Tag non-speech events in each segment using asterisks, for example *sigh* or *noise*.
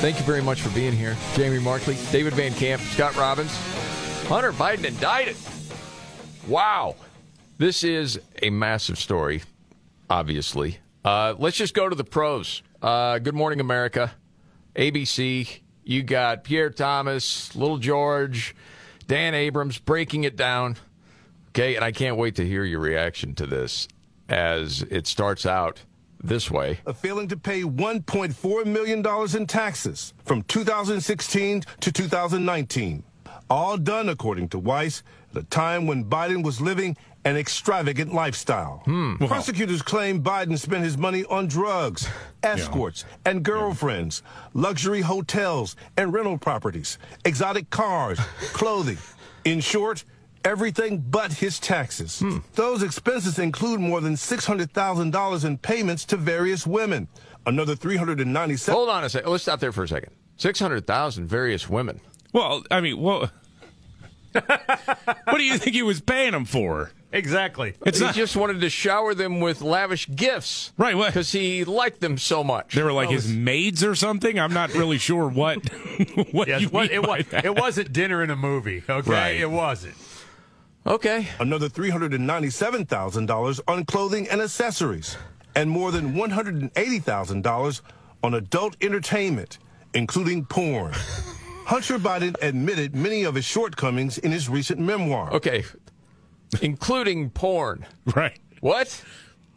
Thank you very much for being here. Jamie Markley, David Van Camp, Scott Robbins, Hunter Biden indicted. Wow. This is a massive story, obviously. Uh, let's just go to the pros. Uh, Good Morning America, ABC. You got Pierre Thomas, Little George, Dan Abrams breaking it down. Okay, and I can't wait to hear your reaction to this as it starts out this way. of failing to pay $1.4 million in taxes from 2016 to 2019. All done, according to Weiss, at a time when Biden was living an extravagant lifestyle. Hmm. Prosecutors claim Biden spent his money on drugs, escorts, and girlfriends, luxury hotels and rental properties, exotic cars, clothing. In short, everything but his taxes. Those expenses include more than $600,000 in payments to various women, another 397 Hold on a second. Let's stop there for a second. 600,000 various women. Well, I mean, well, what do you think he was paying him for? Exactly. It's he not just wanted to shower them with lavish gifts. Right, what- Because he liked them so much. they were like his maids or something. I'm not really sure what *laughs* what Yes, you what, mean it, by was, that. it wasn't dinner in a movie, okay? Right. It wasn't. Okay. another $397,000 on clothing and accessories, and more than $180,000 on adult entertainment, including *laughs* porn. Hunter Biden admitted many of his shortcomings in his recent memoir. Okay. Including porn. right. What?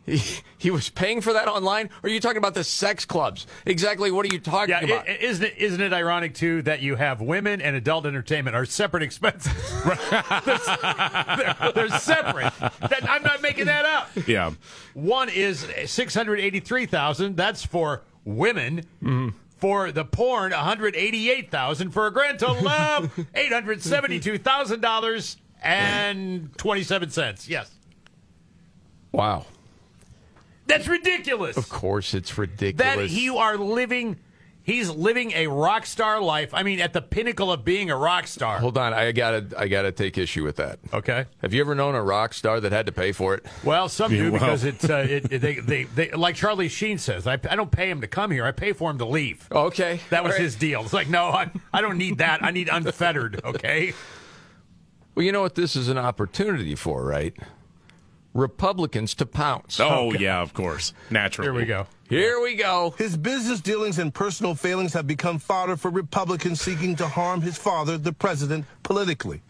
He, he was paying for that online? Or are you talking about the sex clubs? Exactly what are you talking Yeah, about? i- i- isn't it isn't it ironic too that you have women and adult entertainment are separate *laughs* expenses? *laughs* they're, they're separate. That- I'm not making that up. Yeah. One is six hundred eighty-three thousand. That's for women. For the porn, one hundred eighty-eight thousand for a grand total of eight hundred seventy-two thousand dollars and twenty-seven cents. Yes, wow. that's ridiculous. Of course, it's ridiculous. that he are living he's living a rock star life i mean at the pinnacle of being a rock star Hold on, I gotta, I gotta take issue with that. okay Have you ever known a rock star that had to pay for it? well some do Yeah, well. because it's uh, it, they, they, they like charlie sheen says I, I don't pay him to come here i pay for him to leave Oh, Okay, that was All right. his deal it's like no I, I don't need that i need *laughs* unfettered okay Well, you know what this is an opportunity for, right? Republicans to pounce. Oh yeah, of course. Naturally. here we go Here we go. His business dealings and personal failings have become fodder for Republicans seeking to harm his father, the president, politically.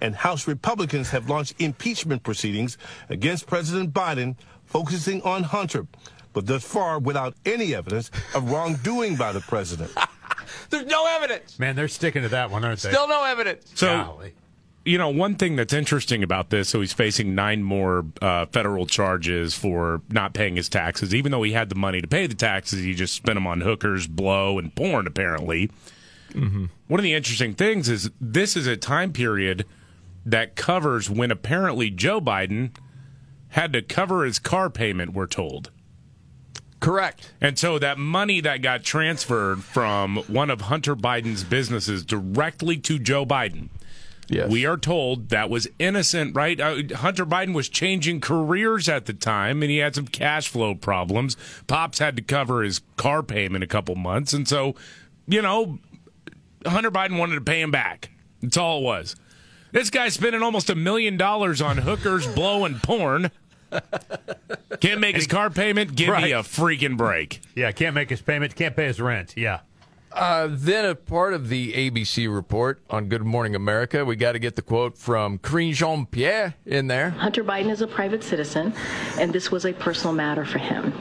And House Republicans have launched impeachment proceedings against President Biden, focusing on Hunter, but thus far without any evidence of wrongdoing by the president. There's no evidence. man they're sticking to that one aren't they Still no evidence. So Golly. you know, one thing that's interesting about this, so he's facing nine more uh, federal charges for not paying his taxes, even though he had the money to pay the taxes. He just spent them on hookers, blow, and porn. Apparently, one of the interesting things is this is a time period that covers when apparently Joe Biden had to cover his car payment. We're told. Correct. And so that money that got transferred from one of Hunter Biden's businesses directly to Joe Biden, Yes. we are told that was innocent, right? Uh, Hunter Biden was changing careers at the time and he had some cash flow problems. Pops had to cover his car payment a couple months. And so, you know, Hunter Biden wanted to pay him back. That's all it was. This guy's spending almost a million dollars on hookers, blow, and porn. Can't make his car payment. Give me Right. a freaking break. yeah can't make his payment can't pay his rent yeah Uh, then a part of the ABC report on Good Morning America, we got to get the quote from Corinne Jean-Pierre in there. Hunter Biden is a private citizen, and this was a personal matter for him.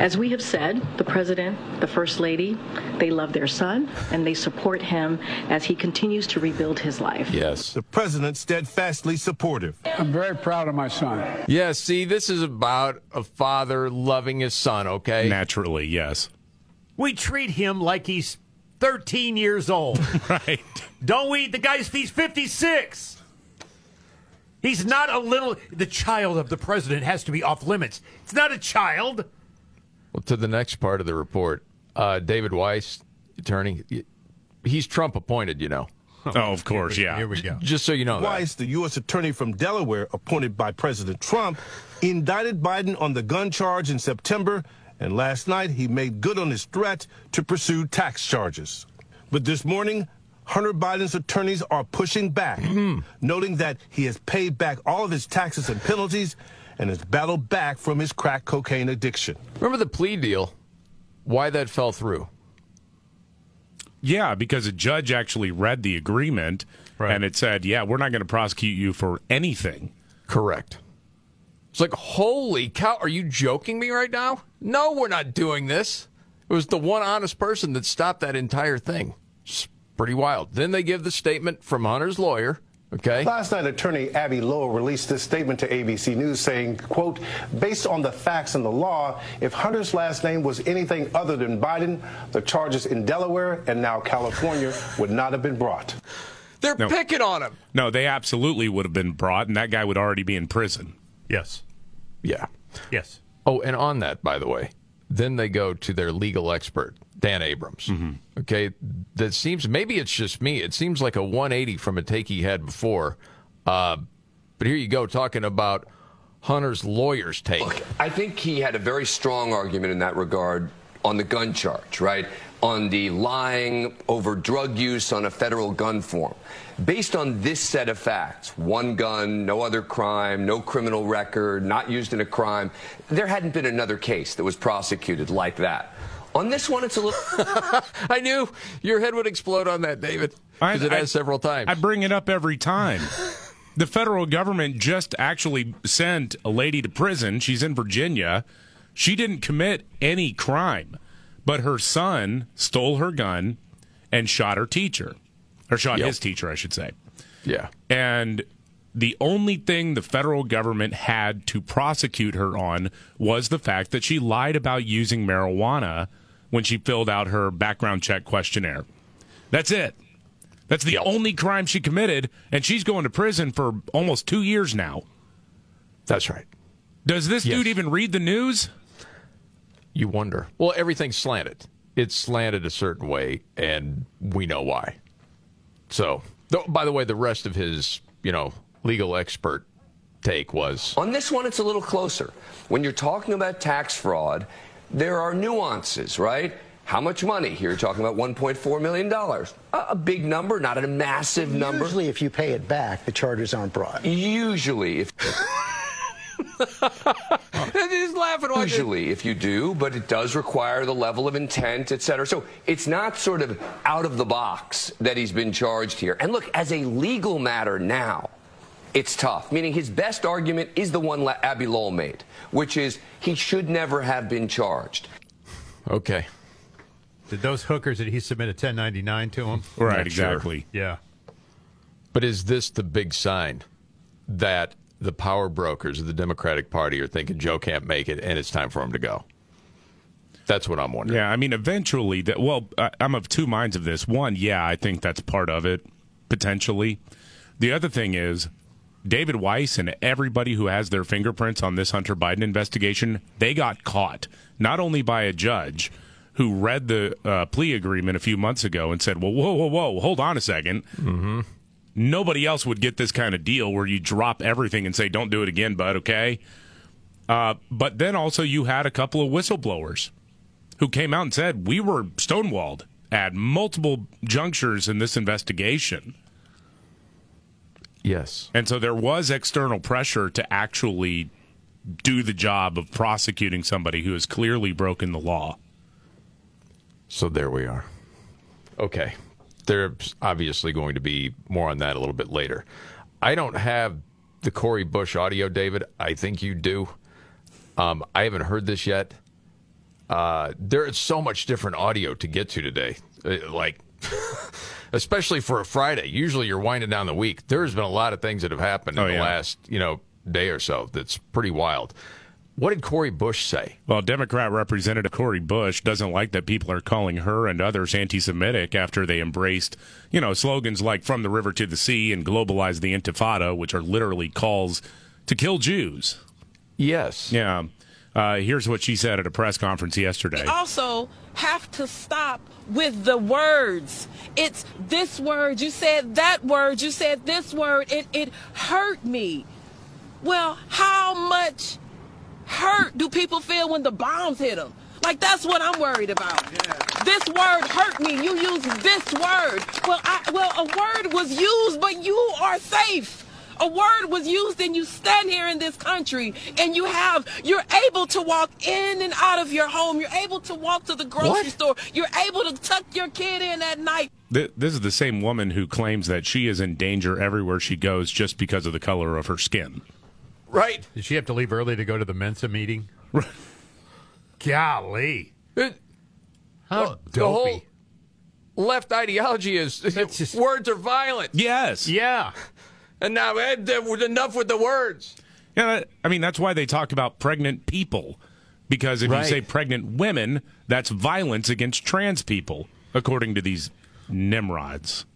As we have said, the president, the first lady, they love their son and they support him as he continues to rebuild his life. Yes. The president steadfastly supportive. I'm very proud of my son. Yeah, see, this is about a father loving his son, okay? Naturally, yes. we treat him like he's 13 years old. *laughs* Right. Don't we? The guy's he's 56. He's not a little. The child of the president has to be off limits. It's not a child. Well, to the next part of the report, uh, David Weiss, attorney, he's Trump appointed, you know. Oh, of course, yeah. Here we go. Just so you know. that. Weiss, the U.S. attorney from Delaware, appointed by President Trump, indicted Biden on the gun charge in September, and last night he made good on his threat to pursue tax charges. But this morning, Hunter Biden's attorneys are pushing back, Mm-hmm. noting that he has paid back all of his taxes and penalties and has battled back from his crack cocaine addiction. Remember the plea deal? Why that fell through? Yeah, because a judge actually read the agreement and it said, yeah, we're not going to prosecute you for anything. Correct. It's like, *laughs* holy cow, are you joking me right now? No, we're not doing this. It was the one honest person that stopped that entire thing. It's pretty wild. Then they give the statement from Hunter's lawyer, okay? Last night, attorney Abby Lowell released this statement to ABC News saying, quote, based on the facts and the law, if Hunter's last name was anything other than Biden, the charges in Delaware and now California would not have been brought. They're picking on him. No, they absolutely would have been brought, and that guy would already be in prison. Yes. Yeah. Yes. Oh, and on that, by the way, then they go to their legal expert, Dan Abrams. Okay, that seems maybe it's just me. It seems like a 180 from a take he had before. Uh, but here you go talking about Hunter's lawyer's take. I think he had a very strong argument in that regard on the gun charge, right? On the lying over drug use on a federal gun form. Based on this set of facts one gun, no other crime, no criminal record, not used in a crime there hadn't been another case that was prosecuted like that. On this one, it's a little. *laughs* I knew your head would explode on that, David, because it has several times. I bring it up every time. the federal government just actually sent a lady to prison. She's in Virginia. She didn't commit any crime, but her son stole her gun and shot her teacher, or shot Yep. his teacher, I should say. yeah, And the only thing the federal government had to prosecute her on was the fact that she lied about using marijuana when she filled out her background check questionnaire. That's it. That's the only crime she committed, and she's going to prison for almost two years now. that's right. Does this dude even read the news? You wonder. Well, everything's slanted. It's slanted a certain way, and we know why. So, though, by the way, the rest of his, you know, legal expert take was On this one, it's a little closer. When you're talking about tax fraud, there are nuances, right? How much money? Here you're talking about $1.4 million. A, a big number, not a massive number. Usually, if you pay it back, the charges aren't brought. Usually, *laughs* if He's laughing. Why usually if you do, but it does require the level of intent, et cetera. So it's not sort of out of the box that he's been charged here. And look, as a legal matter now, it's tough. Meaning his best argument is the one La- Abby Lowell made, which is he should never have been charged. Okay. Did those hookers that he submitted 1099 to him? Right, Not sure. exactly. Yeah. But is this the big sign that the power brokers of the Democratic Party are thinking Joe can't make it and it's time for him to go? That's what I'm wondering. Yeah, I mean, eventually, that. Well, I- I'm of two minds of this. One, yeah, I think that's part of it, potentially. The other thing is, David Weiss and everybody who has their fingerprints on this Hunter Biden investigation, they got caught not only by a judge who read the uh, plea agreement a few months ago and said, "Well, whoa, whoa, whoa, hold on a 2nd Mm-hmm. Nobody else would get this kind of deal where you drop everything and say, "Don't do it again, bud." Okay. Uh, but then also you had a couple of whistleblowers who came out and said we were stonewalled at multiple junctures in this investigation. Yes. And so there was external pressure to actually do the job of prosecuting somebody who has clearly broken the law. So there we are. Okay. There's obviously going to be more on that a little bit later. I don't have the Corey Bush audio, David. I think you do. Um, I haven't heard this yet. Uh, there is so much different audio to get to today. Uh, Like, *laughs* especially for a Friday. Usually you're winding down the week. There's been a lot of things that have happened in Oh, the yeah. last, you know, day or so that's pretty wild. What did Corey Bush say? Well, Democrat Representative Corey Bush doesn't like that people are calling her and others anti Semitic after they embraced, you know, slogans like from the river to the sea and globalize the intifada, which are literally calls to kill Jews. Yes. Yeah. Uh, here's what she said at a press conference yesterday. also have to stop with the words. It's this word, you said that word, you said this word, it, it hurt me. Well, how much hurt do people feel when the bombs hit them? Like, that's what I'm worried about. This word hurt me. You used this word. Well, I, well, a word was used, but you are safe. A word was used, and you stand here in this country, and you have, you're able to walk in and out of your home. You're able to walk to the grocery store. You're able to tuck your kid in at night. Th- this is the same woman who claims that she is in danger everywhere she goes just because of the color of her skin. Right. Did she have to leave early to go to the Mensa meeting? Golly. It- How Well, dopey. the whole left ideology is just- words are violent. Yes. yeah. And now eh, there was enough with the words. Yeah, that- I mean that's why they talk about pregnant people, because if you Right. say pregnant women, that's violence against trans people, according to these nimrods.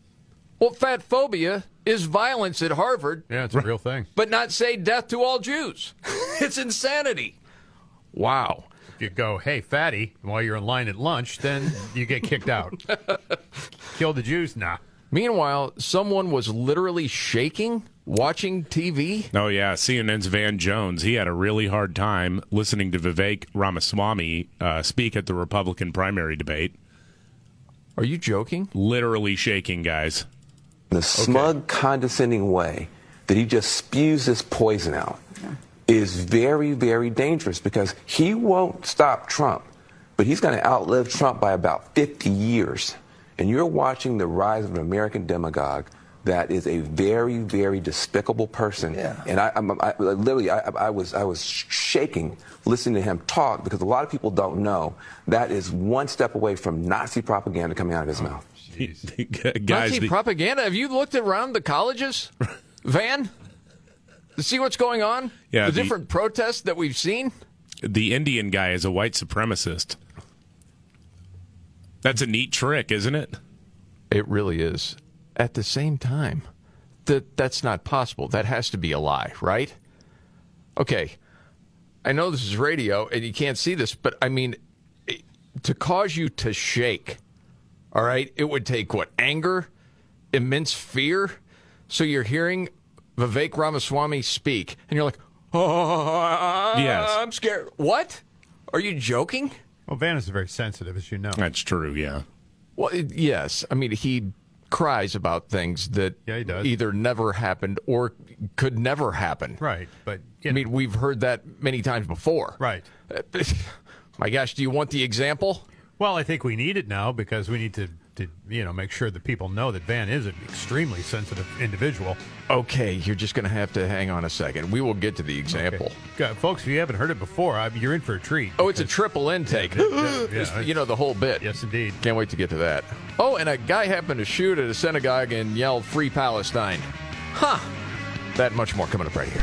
Well, fat phobia is violence at Harvard, Yeah, it's a real thing. but not say death to all Jews. *laughs* it's insanity. Wow. If you go, hey, fatty, while you're in line at lunch, then you get kicked *laughs* out. Kill the Jews? Nah. Meanwhile, someone was literally shaking watching TV. Oh yeah, CNN's Van Jones. He had a really hard time listening to Vivek Ramaswamy uh, speak at the Republican primary debate. Are you joking? Literally shaking, guys. the smug, condescending way that he just spews this poison out is very, very dangerous because he won't stop Trump, but he's going to outlive Trump by about 50 years. And you're watching the rise of an American demagogue that is a very, very despicable person. And I, I'm, I literally, I, I was, I was shaking listening to him talk because a lot of people don't know that is one step away from Nazi propaganda coming out of his mouth. guys, *laughs* Nazi the- propaganda. Have you looked around *laughs* the colleges, Van, to see what's going on? Yeah, the the- different protests that we've seen. the Indian guy is a white supremacist. That's a neat trick, isn't it? It really is. At the same time, that that's not possible. That has to be a lie, right? Okay. I know this is radio and you can't see this, but I mean it- to cause you to shake. All right? It would take what? Anger, immense fear. So you're hearing Vivek Ramaswamy speak and you're like, *laughs* "Oh, Yes. I'm scared." What? Are you joking? Well, Van is very sensitive, as you know. That's true. Yeah. Well, it, yes. I mean, he cries about things that Yeah, he does. either never happened or could never happen. Right, but you I know, mean, we've heard that many times before. right. *laughs* My gosh, do you want the example? Well, I think we need it now because we need to, to you know, make sure that people know that Van is an extremely sensitive individual. Okay, you're just going to have to hang on a second. We will get to the example. God, Uh, folks, if you haven't heard it before, I, you're in for a treat. Oh, it's a triple intake. Yeah, *laughs* yeah, yeah. you know, the whole bit. Yes, indeed. Can't wait to get to that. Oh, and a guy happened to shoot at a synagogue and yell Free Palestine. Huh. That much more coming up right here.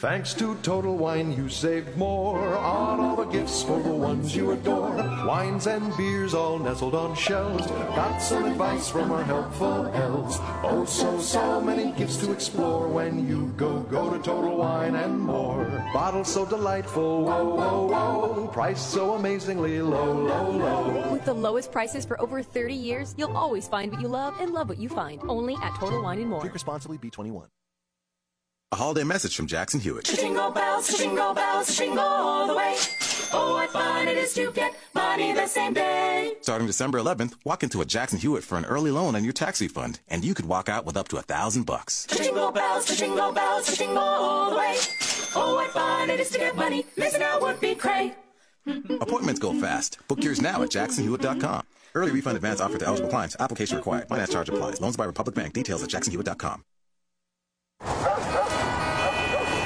Thanks to Total Wine, you saved more on all the gifts for the ones you adore. Wines and beers all nestled on shelves. Got some advice from our helpful elves. Oh, so, so many gifts to explore when you go, go to Total Wine and more. Bottles so delightful, whoa, whoa, whoa. Price so amazingly low, low, low. With the lowest prices for over 30 years, you'll always find what you love and love what you find. Only at Total Wine and More. Drink responsibly, B21. A holiday message from Jackson Hewitt. Jingle bells, jingle bells, jingle all the way. Oh, what fun it is to get money the same day. Starting December 11th, walk into a Jackson Hewitt for an early loan on your tax refund, and you could walk out with up to a thousand bucks. Jingle bells, jingle bells, jingle all the way. Oh, what fun it is to get money. Missing out would be great. Appointments go fast. Book yours now at jacksonhewitt.com. Early refund advance offered to eligible clients. Application required. Finance charge applies. Loans by Republic Bank. Details at jacksonhewitt.com.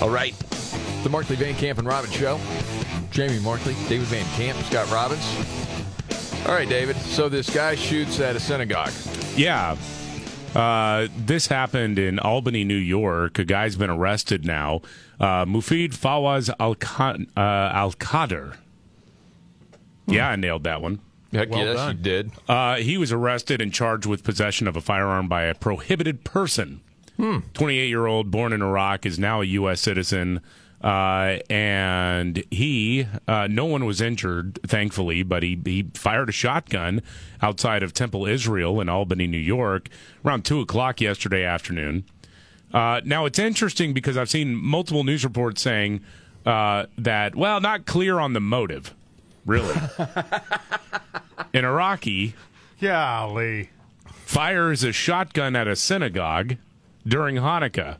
All right. The Markley Van Camp and Robbins Show. Jamie Markley, David Van Camp, Scott Robbins. All right, David. So this guy shoots at a synagogue. Yeah. Uh, this happened in Albany, New York. A guy's been arrested now. Uh, Mufid Fawaz Al uh, Qadir. Yeah, I nailed that one. Heck yes, you did. Uh, he was arrested and charged with possession of a firearm by a prohibited person. Hmm. 28 year old, born in Iraq, is now a U.S. citizen. Uh, and he, uh, no one was injured, thankfully, but he, he fired a shotgun outside of Temple Israel in Albany, New York, around 2 o'clock yesterday afternoon. Uh, now, it's interesting because I've seen multiple news reports saying uh, that, well, not clear on the motive, *laughs* really. An Iraqi. Golly. Fires a shotgun at a synagogue during Hanukkah.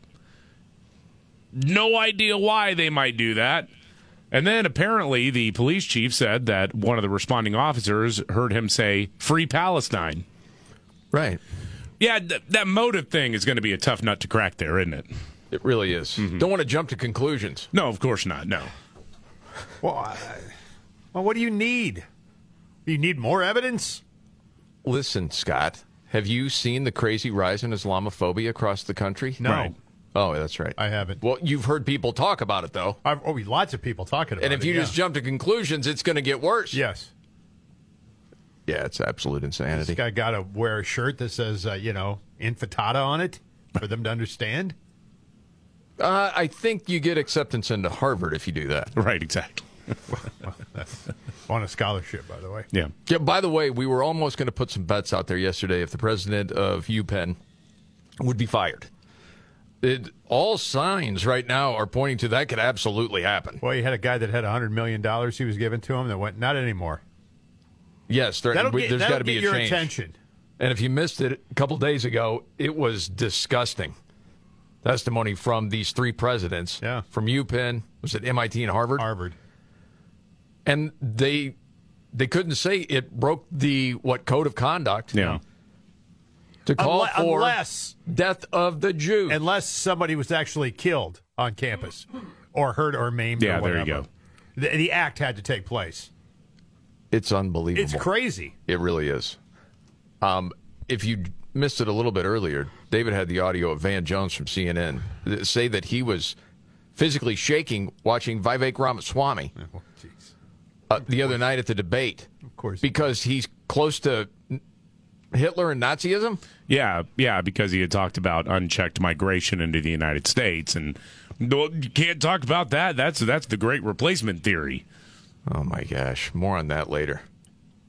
No idea why they might do that. And then apparently the police chief said that one of the responding officers heard him say, Free Palestine. Right. Yeah, th- that motive thing is going to be a tough nut to crack there, isn't it? Mm-hmm. It really is. Don't want to jump to conclusions. No, of course not. No. Well, I- well, what do you need? You need more evidence? Listen, Scott, have you seen the crazy rise in Islamophobia across the country? No. Right. Oh, that's right. I haven't. Well, you've heard people talk about it, though. I've, oh, lots of people talking about And if it, you yeah. just jump to conclusions, it's going to get worse. Yes. Yeah, it's absolute This insanity. guy got to wear a shirt that says, uh, you know, infitata on it for them to *laughs* understand. Uh, I think you get acceptance into Harvard if you do that. Right, exactly. On a scholarship, by the way. Yeah. Yeah, by the way, we were almost going to put some bets out there yesterday if the president of UPenn would be fired. It, all signs right now are pointing to that could absolutely happen. Well, you had a guy that had $100 million he was given to him that went, not anymore. Yes, there, That'll get- there's that'll got to be get a your change. attention. And if you missed it a couple days ago, it was disgusting. Testimony from these three presidents. Yeah. From UPenn, was it MIT and Harvard? Harvard. And they they couldn't say it broke the what code of conduct. Yeah. To call Unle- for unless death of the Jews. Unless somebody was actually killed on campus or hurt or maimed. Yeah, or there you whatever. The, the act had to take place. It's unbelievable. It's crazy. It really is. Um, if you missed it a little bit earlier, David had the audio of Van Jones from CNN th- say that he was physically shaking watching Vivek Ramaswamy uh, the other night at the debate. Of Oh, course. Because he's close to n- Hitler and Nazism? Yeah, yeah, because he had talked about unchecked migration into the United States, and well, you can't talk about that. That's that's the great replacement theory. Oh my gosh. More on that later.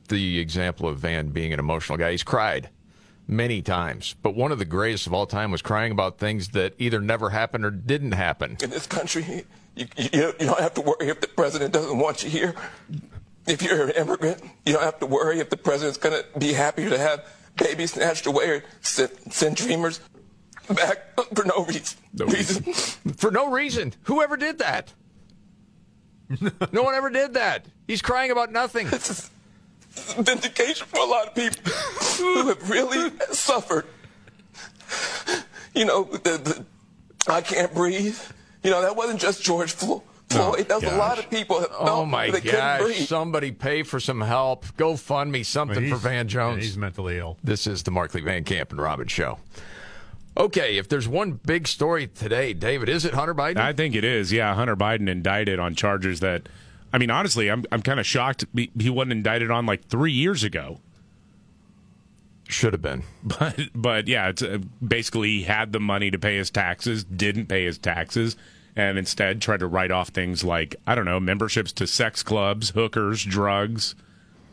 The example of Van being an emotional guy. He's cried many times, but one of the greatest of all time was crying about things that either never happened or didn't happen. in this country. You, you, you don't have to worry if the president doesn't want you here. If you're an immigrant, you don't have to worry if the president's going to be happy to have babies snatched away or send, send dreamers back *laughs* for no reason. *laughs* reason. for no reason. Whoever *laughs* did that? no one ever did that. He's crying about nothing. vindication for a lot of people *laughs* who have really suffered. You know, the, the, I can't breathe. You know, that wasn't just George Flo- Floyd. That's a lot of people that Oh felt my they couldn't gosh! breathe. Somebody pay for some help. Go fund me something for He's- Van Jones. yeah, he's mentally ill. This is the Markley Van Camp and Robin Show. Okay, if there's one big story today, David, is it Hunter Biden? I think it is. Yeah, Hunter Biden indicted on charges that, I mean, honestly, I'm I'm kind of shocked he he wasn't indicted on like three years ago. Should have been, *laughs* but but yeah, it's uh, basically he had the money to pay his taxes, didn't pay his taxes, and instead tried to write off things like I don't know memberships to sex clubs, hookers, drugs,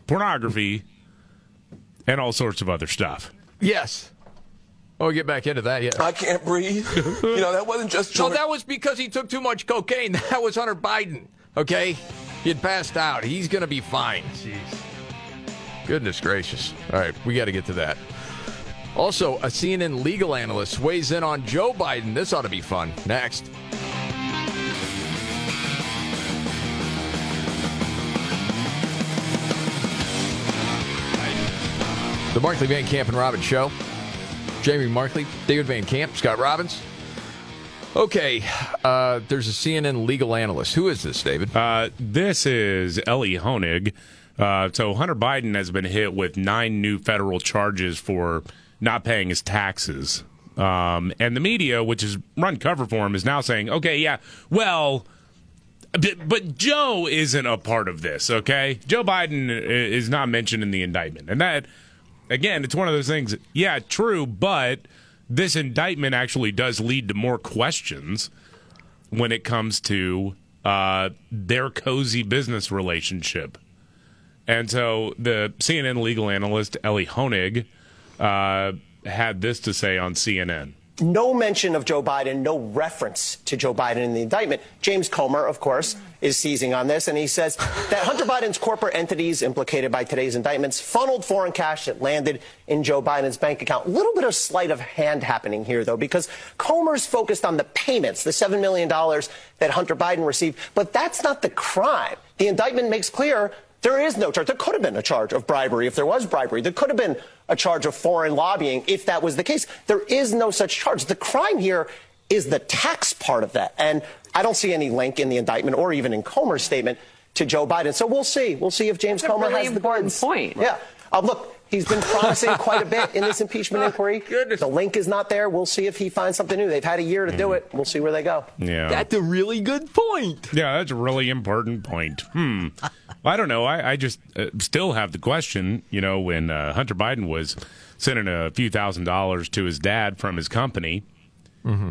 pornography, and all sorts of other stuff. Yes. Oh, we'll get back into that. Yeah. I can't breathe. you know, that wasn't just *laughs* No, that was because he took too much cocaine. *laughs* That was Hunter Biden. Okay, he had passed out. He's going to be fine. Jeez. Goodness gracious. All right, we got to get to that. Also, a CNN legal analyst weighs in on Joe Biden. This ought to be fun. Next. The Markley Van Camp and Robbins Show. Jamie Markley, David Van Camp, Scott Robbins. Okay, uh, there's a CNN legal analyst. Who is this, David? Uh, this is Ellie Honig. Uh, so Hunter Biden has been hit with nine new federal charges for not paying his taxes. Um, and the media, which has run cover for him, is now saying, okay, yeah, well, but, but Joe isn't a part of this, okay? Joe Biden i- is not mentioned in the indictment. And that, again, it's one of those things, yeah, true, but this indictment actually does lead to more questions when it comes to uh, their cozy business relationship. And so the CNN legal analyst Ellie Honig uh, had this to say on CNN. no mention of Joe Biden, no reference to Joe Biden in the indictment. James Comer, of course, is seizing on this, and he says that Hunter Biden's corporate entities implicated by today's indictments funneled foreign cash that landed in Joe Biden's bank account. A little bit of sleight of hand happening here, though, because Comer's focused on the payments, the $7 million that Hunter Biden received, but that's not the crime. The indictment makes clear there is no charge. There could have been a charge of bribery if there was bribery. There could have been a charge of foreign lobbying if that was the case. There is no such charge. The crime here is the tax part of that. And I don't see any link in the indictment or even in Comer's statement to Joe Biden. So we'll see. We'll see if James That's a Comer really has the important point. Yeah. Um, look, he's been promising quite a bit in this *laughs* impeachment inquiry. The link is not there. We'll see if he finds something new. They've had a year to Mm-hmm. do it. We'll see where they go. Yeah. a really good point. Yeah, that's a really important point. Hmm. Well, I don't know. I, I just uh, still have the question. You know, when uh, Hunter Biden was sending a few thousand dollars to his dad from his company,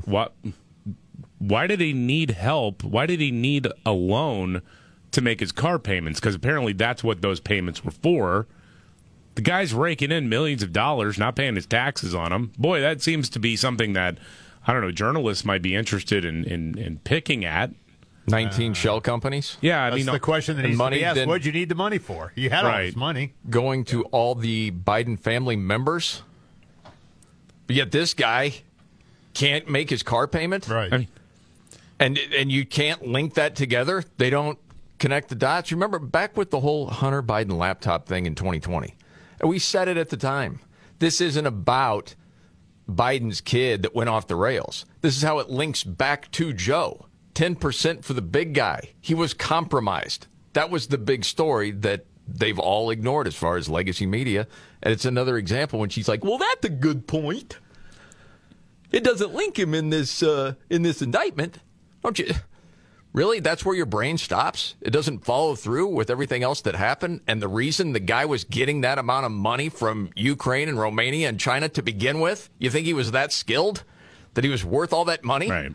what? Why did he need help? Why did he need a loan to make his car payments? Because apparently that's what those payments were for. The guy's raking in millions of dollars, not paying his taxes on them. Boy, that seems to be something that I don't know. Journalists might be interested in in, in picking at. Uh, 19 shell companies? Yeah, I That's mean the question that and needs to be asked. then- What'd you need the money for? You had all this money. Going to all the Biden family members. But yet this guy can't make his car payment. Right. and and you can't link that together. They don't connect the dots. Remember back with the whole Hunter Biden laptop thing in 2020. And we said it at the time. This isn't about Biden's kid that went off the rails. This is how it links back to Joe. 10% for the big guy. He was compromised. That was the big story that they've all ignored as far as legacy media. And it's another example when she's like, well, that's a good point. It doesn't link him in this uh, in this indictment. Don't you? Really? That's where your brain stops? It doesn't follow through with everything else that happened? And the reason the guy was getting that amount of money from Ukraine and Romania and China to begin with? You think he was that skilled? That he was worth all that money? Right.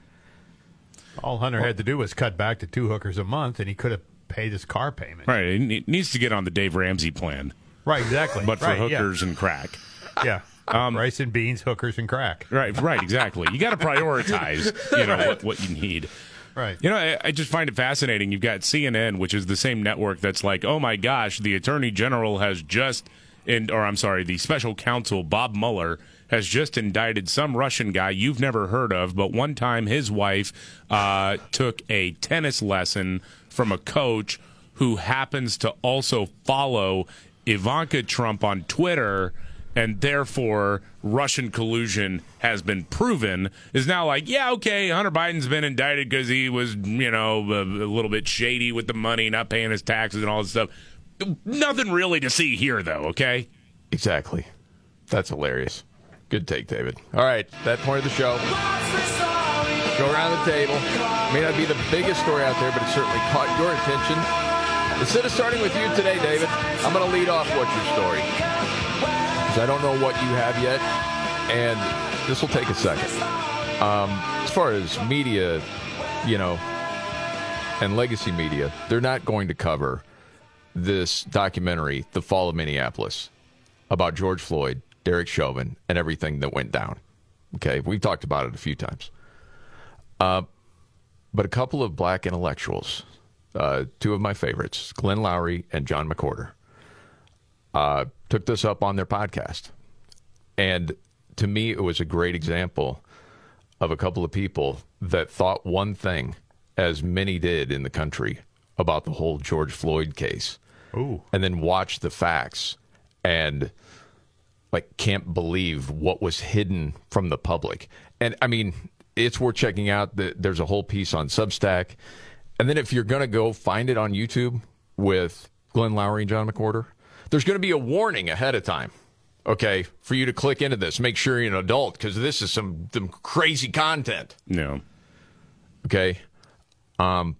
All Hunter had to do was cut back to two hookers a month, and he could have paid his car *laughs* payment. Right. It ne- needs to get on the Dave Ramsey plan. Right, exactly. But for Right, yeah. hookers and crack. Yeah. Rice and beans, hookers and crack. Right, right, exactly. You got to prioritize, *laughs* you know, what, what you need. Right. You know, I, I just find it fascinating. You've got CNN, which is the same network that's like, oh my gosh, the attorney general has just, in, or I'm sorry, the special counsel, Bob Mueller, has just indicted some Russian guy you've never heard of, but one time his wife uh, took a tennis lesson from a coach who happens to also follow Ivanka Trump on Twitter and therefore Russian collusion has been proven, is now like, yeah, okay, Hunter Biden's been indicted because he was, you know, a, a little bit shady with the money, not paying his taxes and all this stuff. Nothing really to see here, though, okay? Exactly. That's hilarious. Good take, David. All right, that point of the show. Go around the table. May not be the biggest story out there, but it certainly caught your attention. Instead of starting with you today, David, I'm going to lead off what's your story. Because I don't know what you have yet, and this will take a second. Um, as far as media, you know, and legacy media, they're not going to cover this documentary, The Fall of Minneapolis, about George Floyd, Derek Chauvin, and everything that went down. Okay, we've talked about it a few times. Uh, but a couple of black intellectuals, uh, two of my favorites, Glenn Lowry and John McWhorter, uh, took this up on their podcast. And to me, it was a great example of a couple of people that thought one thing, as many did in the country, about the whole George Floyd case. Ooh. And then watched the facts and like can't believe what was hidden from the public. And I mean, it's worth checking out. The- There's a whole piece on Substack. And then if you're going to go find it on YouTube with Glenn Lowry and John McWhorter, there's going to be a warning ahead of time. Okay, for you to click into this, make sure you're an adult because this is some, some crazy content. No. Okay. Um,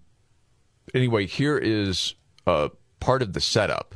anyway, here is uh, part of the setup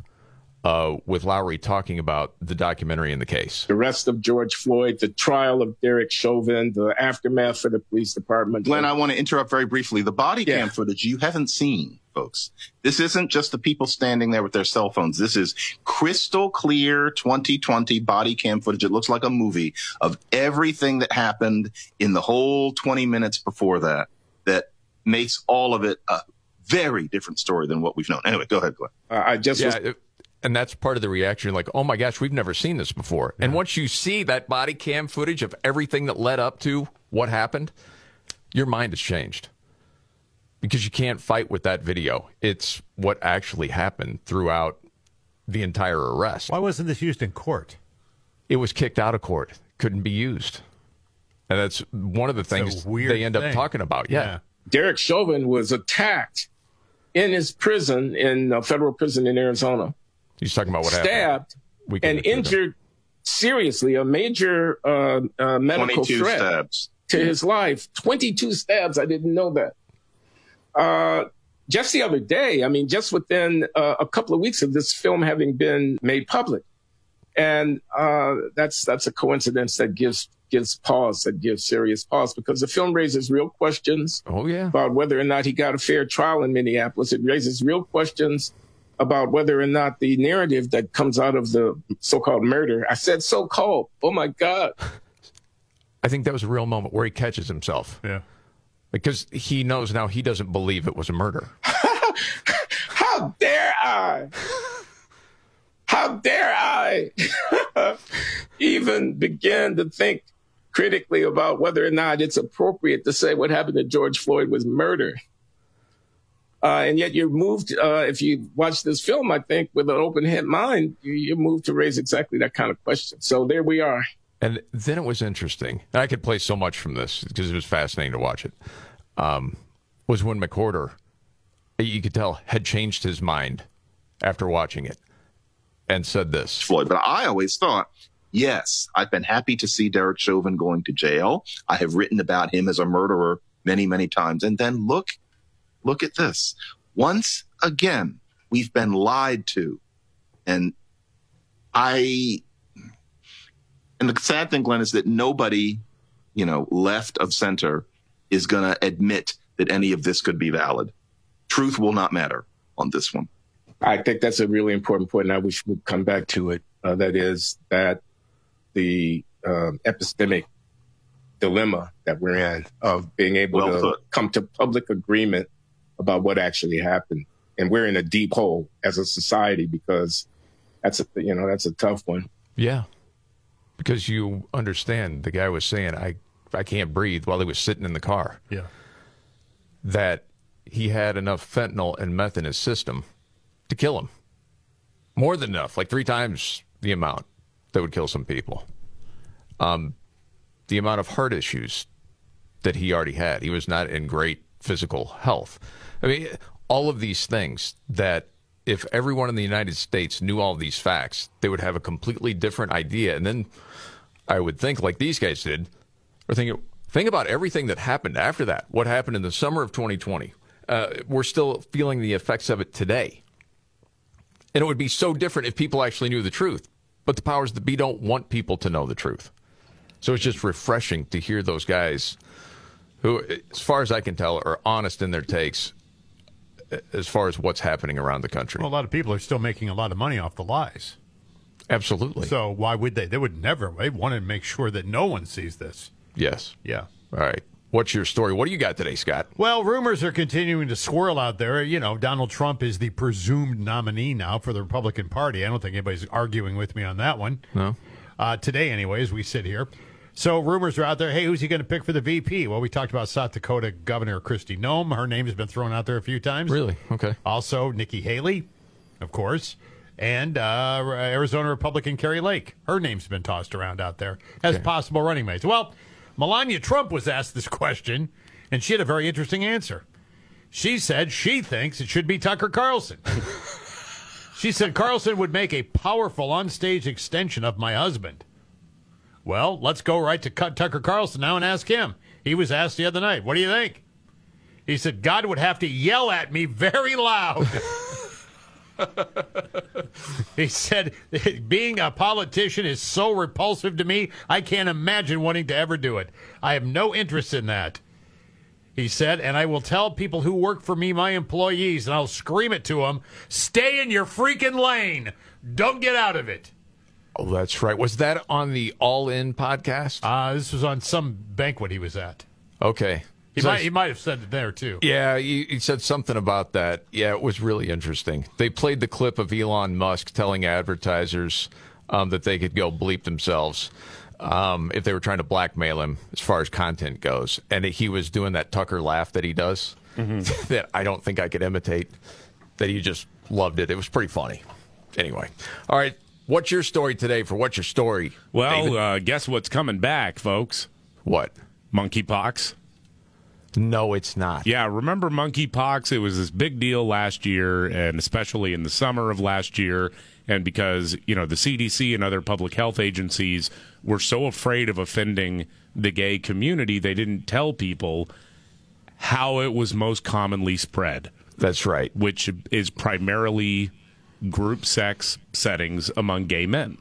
uh, with Lowry talking about the documentary and the case. The arrest of George Floyd, the trial of Derek Chauvin, the aftermath for the police department. Glenn, I want to interrupt very briefly. The body cam footage you haven't seen, folks. This isn't just the people standing there with their cell phones. This is crystal clear 2020 body cam footage. It looks like a movie of everything that happened in the whole 20 minutes before that, that makes all of it a very different story than what we've known. Anyway, go ahead, Glenn. I just yeah, it- and that's part of the reaction. Like, oh my gosh, we've never seen this before. And once you see that body cam footage of everything that led up to what happened, your mind has changed because you can't fight with that video. It's what actually happened throughout the entire arrest. Why wasn't this used in court? It was kicked out of court, couldn't be used. And that's one of the things weird they end up thing. talking about. Yeah. Derek Chauvin was attacked in his prison, in a federal prison in Arizona. He's talking about what happened. stabbed We can and look it up. injured seriously, a major uh, uh, medical 22 threat stabs. to his life. 22 stabs. I didn't know that. Uh, just the other day, I mean, just within uh, a couple of weeks of this film having been made public, and uh, that's that's a coincidence that gives gives pause, that gives serious pause, because the film raises real questions oh, yeah. about whether or not he got a fair trial in Minneapolis. It raises real questions about whether or not the narrative that comes out of the so-called murder. I said so-called. Oh my God. I think that was a real moment where he catches himself. Yeah. Because he knows now he doesn't believe it was a murder. How dare I? How dare I *laughs* even begin to think critically about whether or not it's appropriate to say what happened to George Floyd was murder? Uh, and yet you're moved, uh, if you watch this film, I think, with an open head mind, you- you're moved to raise exactly that kind of question. So there we are. And then it was interesting. And I could play so much from this because it was fascinating to watch it. Um, was when McCorder, you could tell, had changed his mind after watching it and said this. Floyd, but I always thought, yes, I've been happy to see Derek Chauvin going to jail. I have written about him as a murderer many, many times. And then look, look at this. Once again, we've been lied to. And I, and the sad thing, Glenn, is that nobody, you know, left of center is going to admit that any of this could be valid. Truth will not matter on this one. I think that's a really important point, and I wish we'd come back to it. Uh, that is that the um, epistemic dilemma that we're in of being able Well to put. come to public agreement about what actually happened, and we're in a deep hole as a society because that's a you know that's a tough one. Yeah. Because you understand the guy was saying, I, I can't breathe while he was sitting in the car. Yeah. That he had enough fentanyl and meth in his system to kill him. More than enough, like three times the amount that would kill some people. Um, the amount of heart issues that he already had. He was not in great physical health. I mean, all of these things that if everyone in the United States knew all these facts, they would have a completely different idea. And then I would think, like these guys did, or think, think about everything that happened after that. What happened in the summer of 2020? Uh, we're still feeling the effects of it today. And it would be so different if people actually knew the truth. But the powers that be don't want people to know the truth. So it's just refreshing to hear those guys who, as far as I can tell, are honest in their takes as far as what's happening around the country. Well, a lot of people are still making a lot of money off the lies. Absolutely. So why would they? They would never. They want to make sure that no one sees this. Yes. Yeah. All right. What's your story? What do you got today, Scott? Well, rumors are continuing to swirl out there. You know, Donald Trump is the presumed nominee now for the Republican Party. I don't think anybody's arguing with me on that one. No. Uh, today, anyway, as we sit here. So rumors are out there. Hey, who's he going to pick for the VP? Well, we talked about South Dakota Governor Christy Noem. Her name has been thrown out there a few times. Really? Okay. Also, Nikki Haley, of course, and uh, Arizona Republican Carrie Lake. Her name's been tossed around out there as Okay. possible running mates. Well, Melania Trump was asked this question, and she had a very interesting answer. She said she thinks it should be Tucker Carlson. she said Carlson would make a powerful onstage extension of my husband. Well, let's go right to Cut Tucker Carlson now and ask him. He was asked the other night, "What do you think?" He said, "God would have to yell at me very loud." *laughs* he said, "Being a politician is so repulsive to me. I can't imagine wanting to ever do it. I have no interest in that." He said, "And I will tell people who work for me, my employees, and I'll scream it to them: Stay in your freaking lane. Don't get out of it." Oh, that's right. Was that on the All In podcast? Uh, this was on some banquet he was at. Okay. He, So- might, he might have said it there too. Yeah, you, you said something about that. Yeah, it was really interesting. They played the clip of Elon Musk telling advertisers um, that they could go bleep themselves um, if they were trying to blackmail him as far as content goes. And he was doing that Tucker laugh that he does *laughs* that I don't think I could imitate, that he just loved it. It was pretty funny. Anyway, all right. What's your story today for What's Your Story? Well, uh, guess what's coming back, folks? What? Monkeypox. No, it's not. Yeah, remember monkeypox? It was this big deal last year, and especially in the summer of last year. And because, you know, the CDC and other public health agencies were so afraid of offending the gay community, they didn't tell people how it was most commonly spread. That's right. Which is primarily group sex settings among gay men.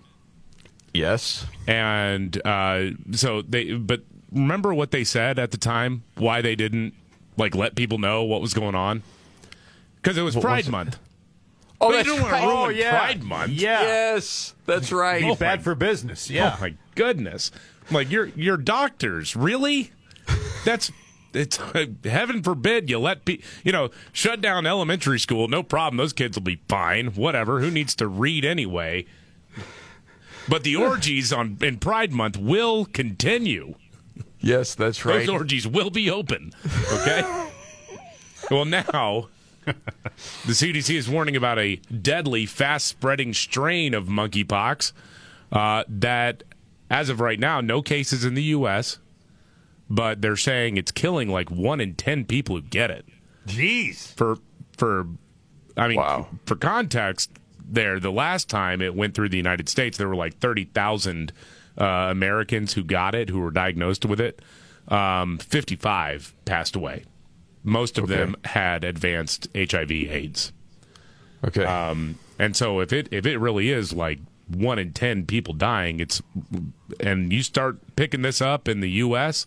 Yes. And uh, so they, but remember what they said at the time? Why they didn't like let people know what was going on? Because it was What Pride was it? Month. Oh, They that's didn't wanna right. ruin Pride Month. Yeah. Yes, that's right. Be bad for business. Yeah. Oh my goodness! Like your your doctors really? That's it's heaven forbid you let pe- you know shut down elementary school. No problem. Those kids will be fine. Whatever. Who needs to read anyway? But the orgies on in Pride Month will continue. Yes, that's right. Those orgies will be open. Okay. well, now the CDC is warning about a deadly, fast-spreading strain of monkeypox uh, that, as of right now, no cases in the U.S. But they're saying it's killing like one in ten people who get it. Jeez. For for, I mean, for context, there the last time it went through the United States, there were like thirty thousand uh, Americans who got it who were diagnosed with it. Um, Fifty-five passed away. Most of them had advanced HIV/AIDS. Okay. Um, and so if it if it really is like one in ten people dying, it's and you start picking this up in the U.S.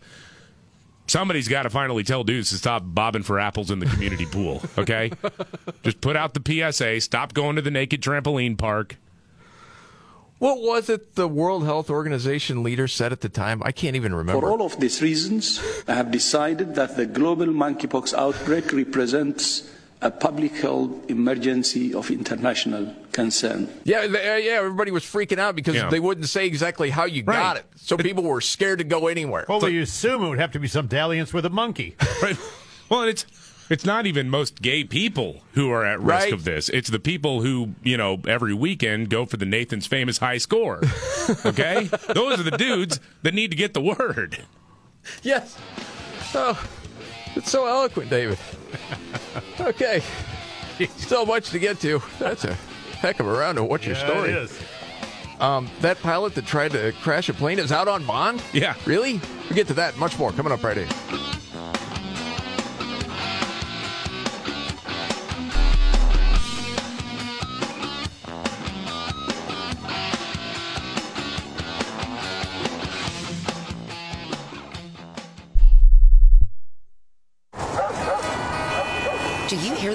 Somebody's got to finally tell dudes to stop bobbing for apples in the community pool. Okay, *laughs* just put out the PSA. Stop going to the naked trampoline park. What was it the World Health Organization leader said at the time? I can't even remember. For all of these reasons, I have decided that the global monkeypox outbreak represents a public health emergency of international concern. Yeah, they, uh, yeah, everybody was freaking out because Yeah. they wouldn't say exactly how you got it. So people were scared to go anywhere. *laughs* Well, we assume it would have to be some dalliance with a monkey. Well, it's It's not even most gay people who are at risk Right. of this. It's the people who, you know, every weekend go for the Nathan's famous high score. Okay? *laughs* Those are the dudes that need to get the word. Yes. Oh, it's so eloquent, David. Okay. So much to get to. That's a heck of a round of what's your Yeah, story. it is. Um, that pilot that tried to crash a plane is out on bond? Yeah. Really? We get to that and much more coming up right here. Do you hear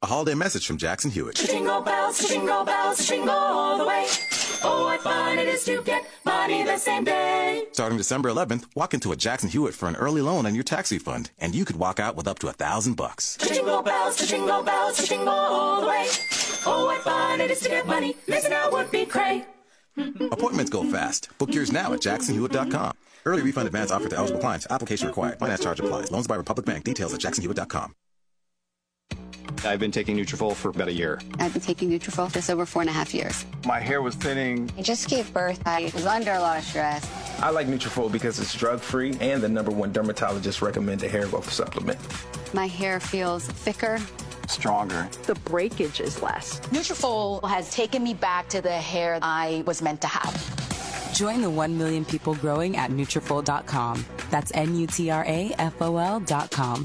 A holiday message from Jackson Hewitt. Jingle bells, jingle bells, jingle all the way. Oh, what fun it is to get money the same day. Starting December 11th, walk into a Jackson Hewitt for an early loan on your tax refund, and you could walk out with up to a thousand bucks. Jingle bells, jingle bells, jingle all the way. Oh, what fun it is to get money. Missing out would be great. Appointments go fast. Book yours now at jacksonhewitt.com. Early refund advance offered to eligible clients. Application required. Finance charge applies. Loans by Republic Bank. Details at jacksonhewitt.com. I've been taking Nutrafol for about a year. I've been taking Nutrafol for just over four and a half years. My hair was thinning. I just gave birth. I was under a lot of stress. I like Nutrafol because it's drug-free and the number one dermatologist recommended hair growth supplement. My hair feels thicker. Stronger. The breakage is less. Nutrafol has taken me back to the hair I was meant to have. Join the 1 million people growing at Nutrafol.com. That's N-U-T-R-A-F-O-L dot com.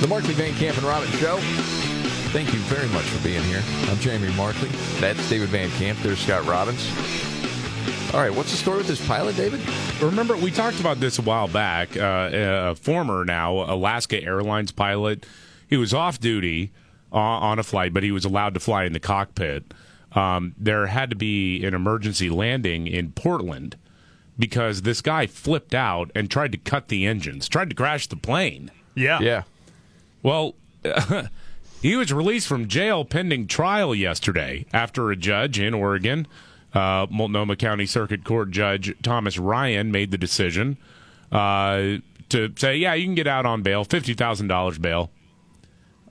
The Markley Van Camp and Robin Show. Thank you very much for being here. I'm Jamie Markley. That's David Van Camp. There's Scott Robbins. All right, what's the story with this pilot, David? Remember, we talked about this a while back. Uh, a former now Alaska Airlines pilot, he was off duty uh, on a flight, but he was allowed to fly in the cockpit. Um, there had to be an emergency landing in Portland because this guy flipped out and tried to cut the engines, tried to crash the plane. Yeah. Yeah. Well, *laughs* he was released from jail pending trial yesterday after a judge in Oregon, uh, Multnomah County Circuit Court Judge Thomas Ryan, made the decision uh, to say, yeah, you can get out on bail, $50,000 bail,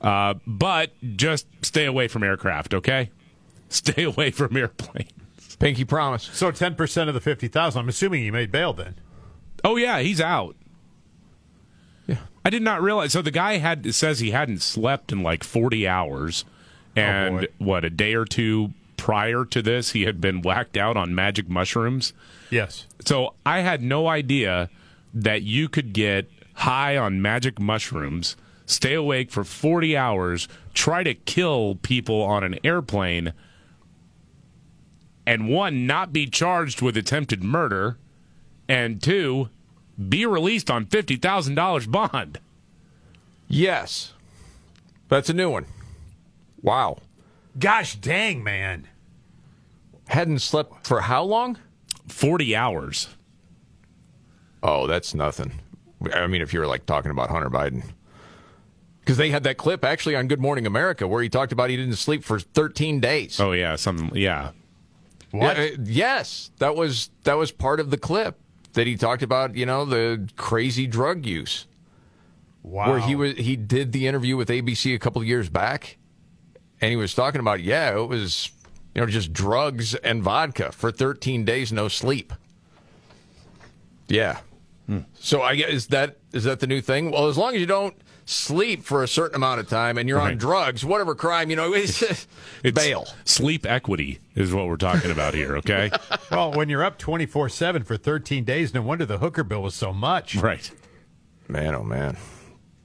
uh, but just stay away from aircraft, okay? *laughs* Stay away from airplanes. Pinky promise. So 10% of the 50,000. I'm assuming you made bail then. Oh yeah, he's out. Yeah. I did not realize. So the guy had says he hadn't slept in like 40 hours, Oh, and what a day or two prior to this, he had been whacked out on magic mushrooms. Yes. So I had no idea that you could get high on magic mushrooms, stay awake for 40 hours, try to kill people on an airplane, and one, not be charged with attempted murder, and two, be released on $50,000 bond. Yes. That's a new one. Wow. Gosh dang, man. Hadn't slept for how long? 40 hours. Oh, that's nothing. I mean, if you were like talking about Hunter Biden. Because they had that clip actually on Good Morning America where he talked about he didn't sleep for 13 days. Oh, yeah. Some, yeah. What? uh, yes, that was that was part of the clip that he talked about. You know, the crazy drug use. Wow. Where he was, he did the interview with ABC a couple of years back, and he was talking about yeah, it was you know just drugs and vodka for 13 days, no sleep. Yeah, So I guess is that is that the new thing? Well, as long as you don't sleep for a certain amount of time and you're on Right. drugs, whatever crime, you know, *laughs* it's, bail. Sleep equity is what we're talking about here, *laughs* okay? well, when you're up 24 7 for 13 days, no wonder the hooker bill was so much. Right. Man, oh, man.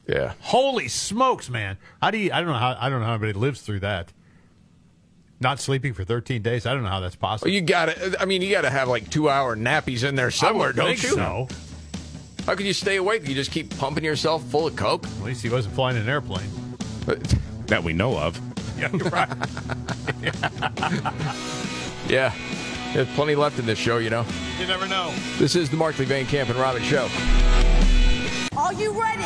Yeah. Holy smokes, man. How do you, I don't know how, I don't know how anybody lives through that. Not sleeping for 13 days. I don't know how that's possible. Well, you got to. I mean, you got to have like two hour nappies in there somewhere, would don't think you? so. How can you stay awake? You just keep pumping yourself full of coke. At least he wasn't flying an airplane. That we know of. *laughs* Yeah, you're right. *laughs* Yeah. There's plenty left in this show, you know. you never know. This is the Markley Van Camp and Robin Show. Are you ready?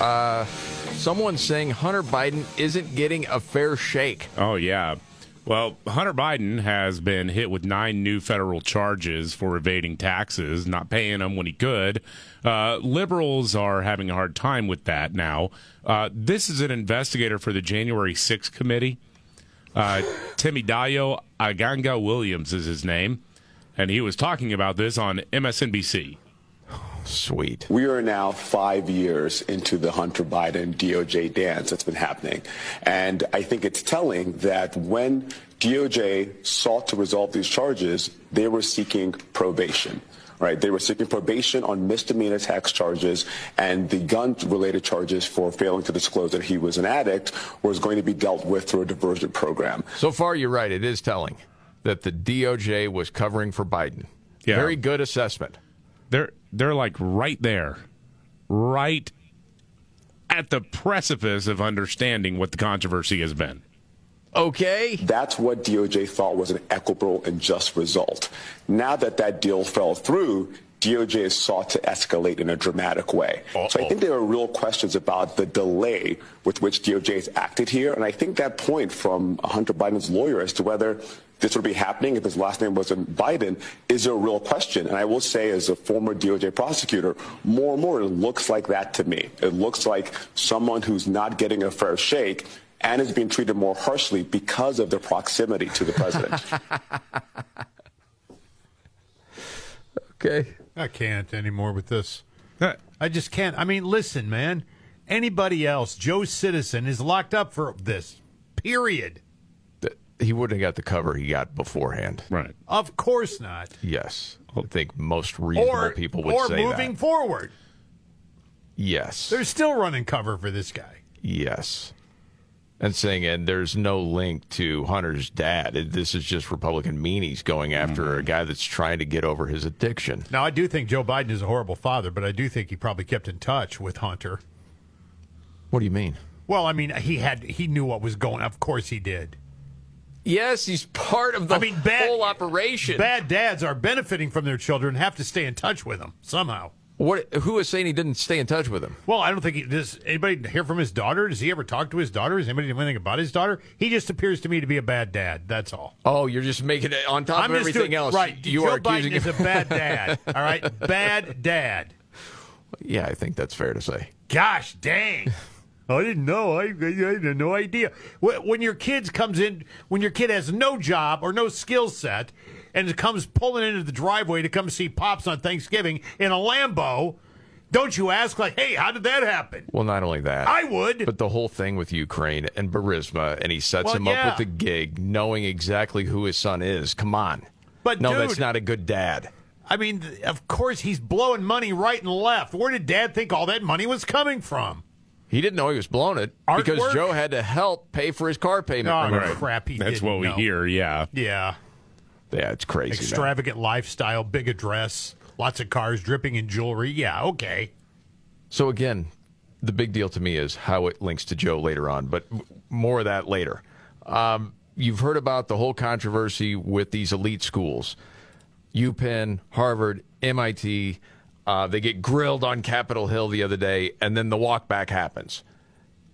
Uh, someone's saying Hunter Biden isn't getting a fair shake. Oh, yeah. Well, Hunter Biden has been hit with nine new federal charges for evading taxes, not paying them when he could. Uh, liberals are having a hard time with that now. Uh, this is an investigator for the January 6th committee. Uh, Timmy Dayo Aganga Williams is his name, and he was talking about this on MSNBC. Sweet. We are now five years into the Hunter Biden DOJ dance that's been happening. And I think it's telling that when DOJ sought to resolve these charges, they were seeking probation. Right, they were seeking probation on misdemeanor tax charges, and the gun-related charges for failing to disclose that he was an addict was going to be dealt with through a diversion program. So far, you're right. It is telling that the DOJ was covering for Biden. Yeah. Very good assessment. They're they're like right there, right at the precipice of understanding what the controversy has been. Okay. That's what DOJ thought was an equitable and just result. Now that that deal fell through, DOJ has sought to escalate in a dramatic way. So I think there are real questions about the delay with which DOJ has acted here. And I think that point from Hunter Biden's lawyer as to whether this would be happening if his last name wasn't Biden is a real question. And I will say, as a former DOJ prosecutor, more and more it looks like that to me. It looks like someone who's not getting a fair shake and is being treated more harshly because of their proximity to the president. Okay. I can't anymore with this. I just can't. I mean, listen, man. Anybody else, Joe Citizen, is locked up for this. Period. That he wouldn't have got the cover he got beforehand. Right. Of course not. Yes. I think most reasonable or people would or say moving that. forward. Yes. They're still running cover for this guy. Yes. And saying, and there's no link to Hunter's dad. It- This is just Republican meanies going after Mm-hmm. a guy that's trying to get over his addiction. Now, I do think Joe Biden is a horrible father, but I do think he probably kept in touch with Hunter. What do you mean? Well, I mean, he had he knew what was going. Of course, he did. Yes, he's part of the whole operation. Bad dads are benefiting from their children. Have to stay in touch with them somehow. What? Who is saying he didn't stay in touch with him? Well, I don't think he does. Anybody hear from his daughter? Does he ever talk to his daughter? Does anybody know anything about his daughter? He just appears to me to be a bad dad. That's all. Oh, you're just making it on top I'm of just everything doing- else. Right. You Joe are accusing Biden is a him- bad dad. All *laughs* right. Bad dad. yeah, I think that's fair to say. Gosh dang. *laughs* I didn't know. I, I had no idea. Wh- When your kids comes in, when your kid has no job or no skill set, and comes pulling into the driveway to come see pops on Thanksgiving in a Lambo, don't you ask like, "Hey, how did that happen?" Well, not only that, I would. but the whole thing with Ukraine and Burisma, and he sets Well, him yeah. up with the gig, knowing exactly who his son is. Come on, But, no, dude- that's not a good dad. I mean, th- of course he's blowing money right and left. Where did Dad think all that money was coming from? He didn't know he was blowing it because Artwork? Joe had to help pay for his car payment. Oh, remember? crap, he That's didn't what we know. hear, yeah. Yeah, Yeah, it's crazy. man. extravagant lifestyle, big address, lots of cars, dripping in jewelry. Yeah, okay. So again, the big deal to me is how it links to Joe later on, but m- more of that later. Um, you've heard about the whole controversy with these elite schools, UPenn, Harvard, MIT. Uh, they get grilled on Capitol Hill the other day, and then the walk back happens.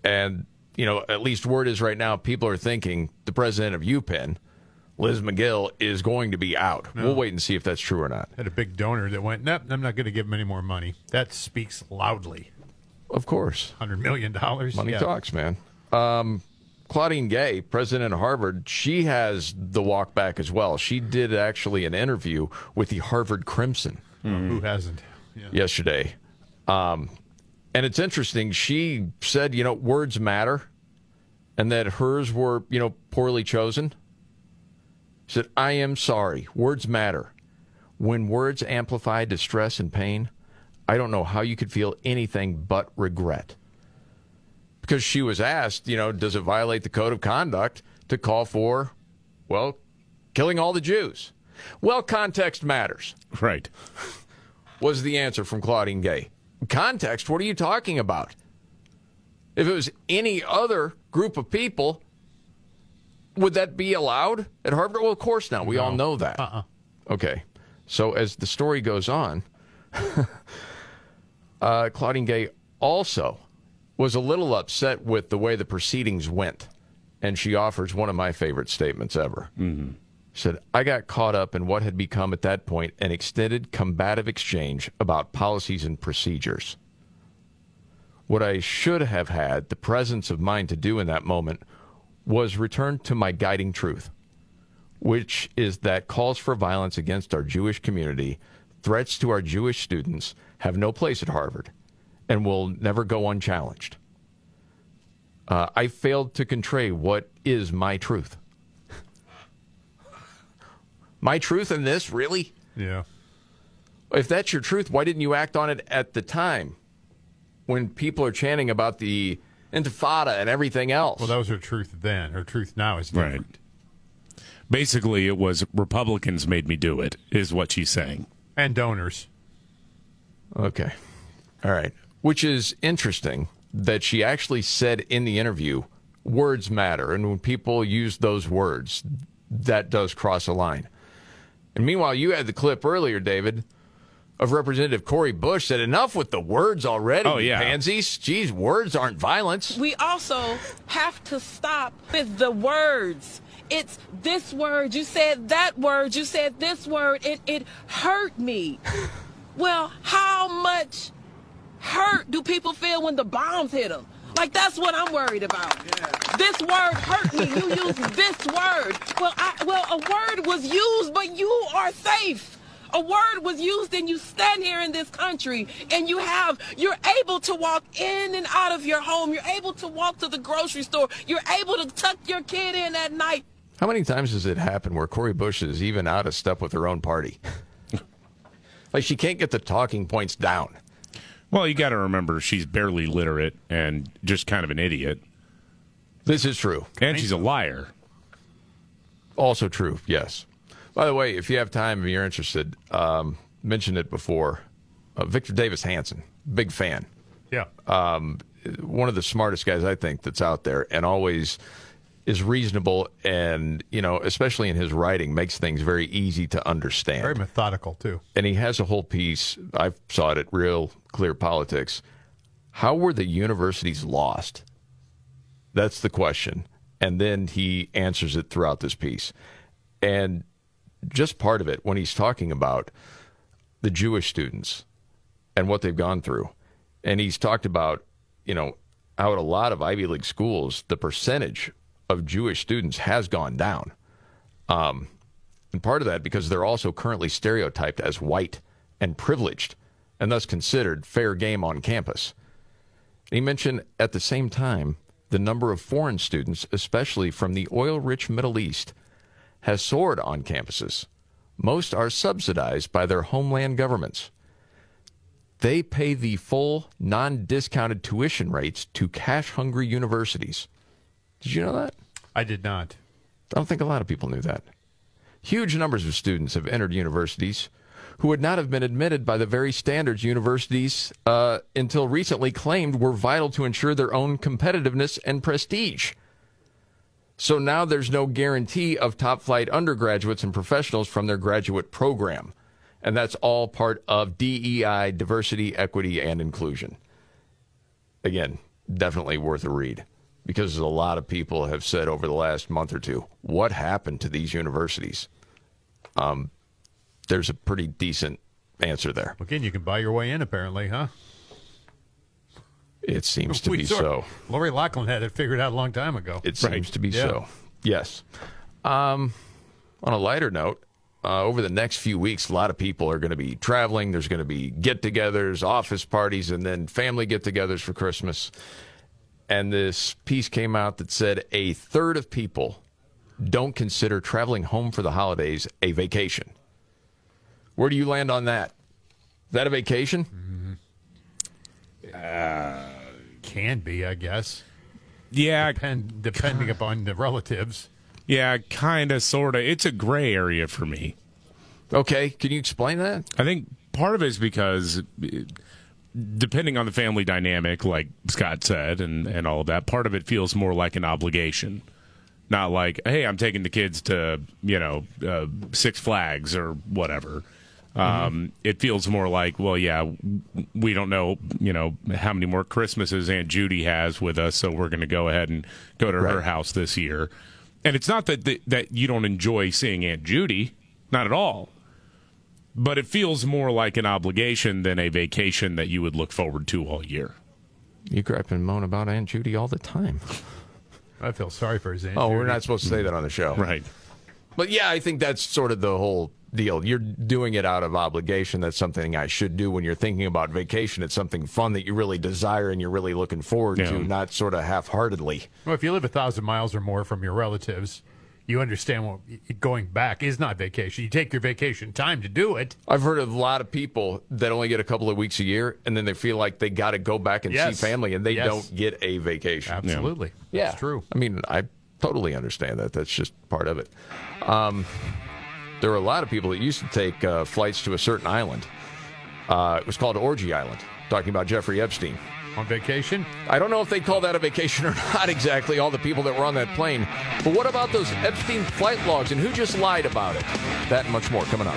And, you know, at least word is right now, people are thinking the president of UPenn, Liz McGill, is going to be out. We'll wait and see if that's true or not. Had a big donor that went, nope, I'm not going to give him any more money. That speaks loudly. Of course. $100 million. Money yeah. talks, man. Um, Claudine Gay, president of Harvard, she has the walk back as well. She did actually an interview with the Harvard Crimson Oh, Who hasn't? yesterday. Um, and it's interesting. She said, you know, words matter and that hers were, you know, poorly chosen. She said, I am sorry. Words matter. When words amplify distress and pain, I don't know how you could feel anything but regret. Because she was asked, you know, does it violate the code of conduct to call for, well, killing all the Jews? Well, context matters. Right. Was the answer from Claudine Gay. Context, what are you talking about? If it was any other group of people, would that be allowed at Harvard? Well, of course not. We all know that. Uh-uh. Okay. So as the story goes on, *laughs* uh, Claudine Gay also was a little upset with the way the proceedings went, and she offers one of my favorite statements ever. Mm-hmm. Said, "I got caught up in what had become at that point an extended combative exchange about policies and procedures." What I should have had the presence of mind to do in that moment was return to my guiding truth, which is that calls for violence against our Jewish community, threats to our Jewish students, have no place at Harvard and will never go unchallenged. Uh, I failed to convey what is my truth. *laughs* my truth in this, really? Yeah. If that's your truth, why didn't you act on it at the time when people are chanting about the intifada and everything else? Well, that was her truth then. Her truth now is different. Basically, it was Republicans made me do it, is what she's saying. And donors. Okay. All right. Which is interesting that she actually said in the interview, words matter. And when people use those words, that does cross a line. And meanwhile, you had the clip earlier, David, of Representative Cory Bush said, enough with the words already. Oh, yeah. you Pansies. Geez, words aren't violence. We also have to stop with the words. It's this word. You said that word. You said this word. It it hurt me. Well, how much hurt do people feel when the bombs hit them? Like that's what I'm worried about. This word hurt me. You used this word. Well, I, well, a word was used, but you are safe. A word was used, and you stand here in this country, and you have, you're able to walk in and out of your home. You're able to walk to the grocery store. You're able to tuck your kid in at night. How many times does it happen where Cory Bush is even out of step with her own party? *laughs* like she can't get the talking points down. Well, you got to remember she's barely literate and just kind of an idiot. This is true. And she's a liar. Also true, yes. By the way, if you have time and you're interested, um, mentioned it before. Uh, Victor Davis Hanson, big fan. Yeah. Um, one of the smartest guys I think that's out there, and always is reasonable, and you know, especially in his writing, makes things very easy to understand Very methodical, too. and he has a whole piece. I saw it at Real Clear Politics. How were the universities lost? That's the question. And then he answers it throughout this piece. And just part of it, when he's talking about the Jewish students and what they've gone through, and he's talked about, you know, how at a lot of Ivy League schools, the percentage of Jewish students has gone down. Um, and part of that because they're also currently stereotyped as white and privileged and thus considered fair game on campus. And he mentioned at the same time the number of foreign students, especially from the oil rich Middle East, has soared on campuses. Most are subsidized by their homeland governments. They pay the full non discounted tuition rates to cash hungry universities. Did you know that? I did not. I don't think a lot of people knew that. Huge numbers of students have entered universities who would not have been admitted by the very standards universities uh, until recently claimed were vital to ensure their own competitiveness and prestige. So now there's no guarantee of top flight undergraduates and professionals from their graduate program. And that's all part of DEI, diversity, equity, and inclusion. Again, definitely worth a read because a lot of people have said over the last month or two, what happened to these universities? Um, there's a pretty decent answer there. Again, you can buy your way in, apparently, huh? It seems to We be sort- so. Lori Lachlan had it figured out a long time ago. It seems to be so. Yes. Um, on a lighter note, uh, over the next few weeks, a lot of people are going to be traveling. There's going to be get togethers, office parties, and then family get togethers for Christmas. And this piece came out that said a third of people don't consider traveling home for the holidays a vacation. Where do you land on that? Is that a vacation? Uh, can be, I guess. Yeah, Depend, depending upon the relatives. Yeah, kind of, sort of. It's a gray area for me. Okay, can you explain that? I think part of it is because eh, depending on the family dynamic, like Scott said, and, and all of that, part of it feels more like an obligation. Not like, hey, I'm taking the kids to, you know, uh, Six Flags or whatever. Um, It feels more like, well, yeah, w- we don't know, you know, how many more Christmases Aunt Judy has with us, so we're going to go ahead and go to her house this year. And it's not that that that you don't enjoy seeing Aunt Judy, not at all but it feels more like an obligation than a vacation that you would look forward to all year. You gripe and moan about Aunt Judy all the time. I feel sorry for his aunt. Oh, we're Judy. not supposed to say that on the show. Right. But yeah, I think that's sort of the whole deal. You're doing it out of obligation. That's something I should do when you're thinking about vacation. It's something fun that you really desire and you're really looking forward Yeah. to, not sort of half heartedly. Well, if you live a thousand miles or more from your relatives, you understand what y- going back is not vacation. You take your vacation time to do it. I've heard of a lot of people that only get a couple of weeks a year and then they feel like they got to go back and Yes. see family and they Yes. don't get a vacation. Absolutely. Yeah. That's true. I mean, I totally understand that. That's just part of it. Um, there were a lot of people that used to take uh, flights to a certain island. Uh, it was called Orgy Island, talking about Jeffrey Epstein. On vacation? I don't know if they call that a vacation or *laughs* not exactly, all the people that were on that plane. But what about those Epstein flight logs and who just lied about it? That and much more coming up.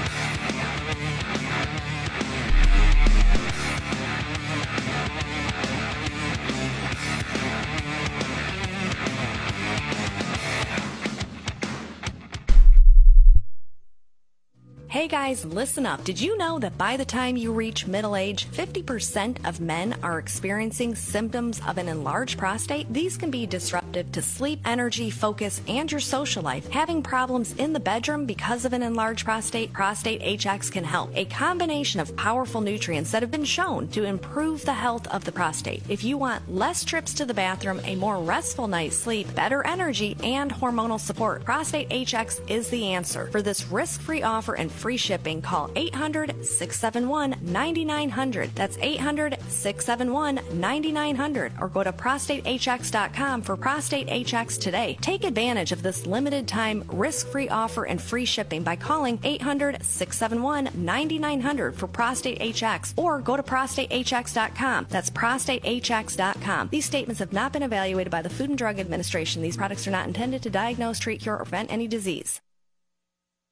Hey guys, listen up. Did you know that by the time you reach middle age, 50% of men are experiencing symptoms of an enlarged prostate? These can be disruptive to sleep, energy, focus, and your social life. Having problems in the bedroom because of an enlarged prostate, Prostate HX can help. A combination of powerful nutrients that have been shown to improve the health of the prostate. If you want less trips to the bathroom, a more restful night's sleep, better energy, and hormonal support, Prostate HX is the answer. For this risk-free offer and free shipping, call 800-671-9900. That's 800-671-9900 or go to prostatehx.com for Prostate HX today. Take advantage of this limited time risk-free offer and free shipping by calling 800-671-9900 for Prostate HX or go to prostatehx.com. That's prostatehx.com. These statements have not been evaluated by the Food and Drug Administration. These products are not intended to diagnose, treat, cure, or prevent any disease.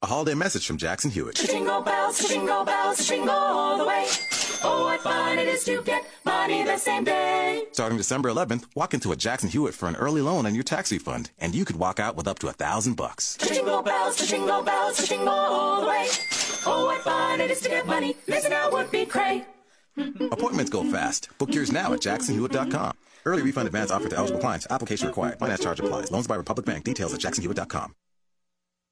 A holiday message from Jackson Hewitt. Jingle bells, jingle bells, jingle all the way. Oh, what fun it is to get money the same day. Starting December 11th, walk into a Jackson Hewitt for an early loan on your tax refund, and you could walk out with up to a thousand bucks. Jingle bells, jingle bells, jingle all the way. Oh, what fun it is to get money. Missing out would be great. Appointments go fast. Book yours now at jacksonhewitt.com. Early refund advance offered to eligible clients. Application required. Finance charge applies. Loans by Republic Bank. Details at jacksonhewitt.com.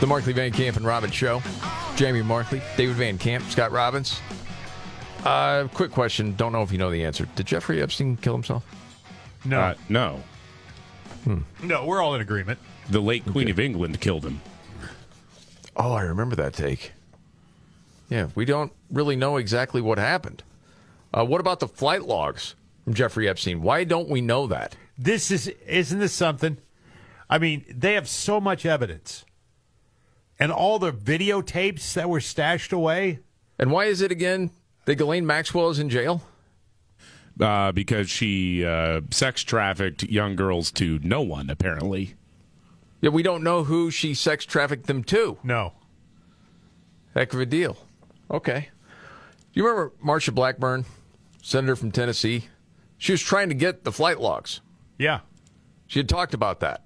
The Markley Van Camp and Robbins Show. Jamie Markley, David Van Camp, Scott Robbins. Uh, quick question. Don't know if you know the answer. Did Jeffrey Epstein kill himself? No. Uh, no. No, we're all in agreement. The late Queen of England killed him. Oh, I remember that take. Yeah, we don't really know exactly what happened. Uh, what about the flight logs from Jeffrey Epstein? Why don't we know that? This is isn't this something? I mean, they have so much evidence, and all the videotapes that were stashed away. And why is it again that Ghislaine Maxwell is in jail? uh, because she uh, sex trafficked young girls to no one, apparently. Yeah, we don't know who she sex trafficked them to. No. Heck of a deal. Okay. Do you remember Marsha Blackburn, senator from Tennessee? She was trying to get the flight logs. Yeah. She had talked about that.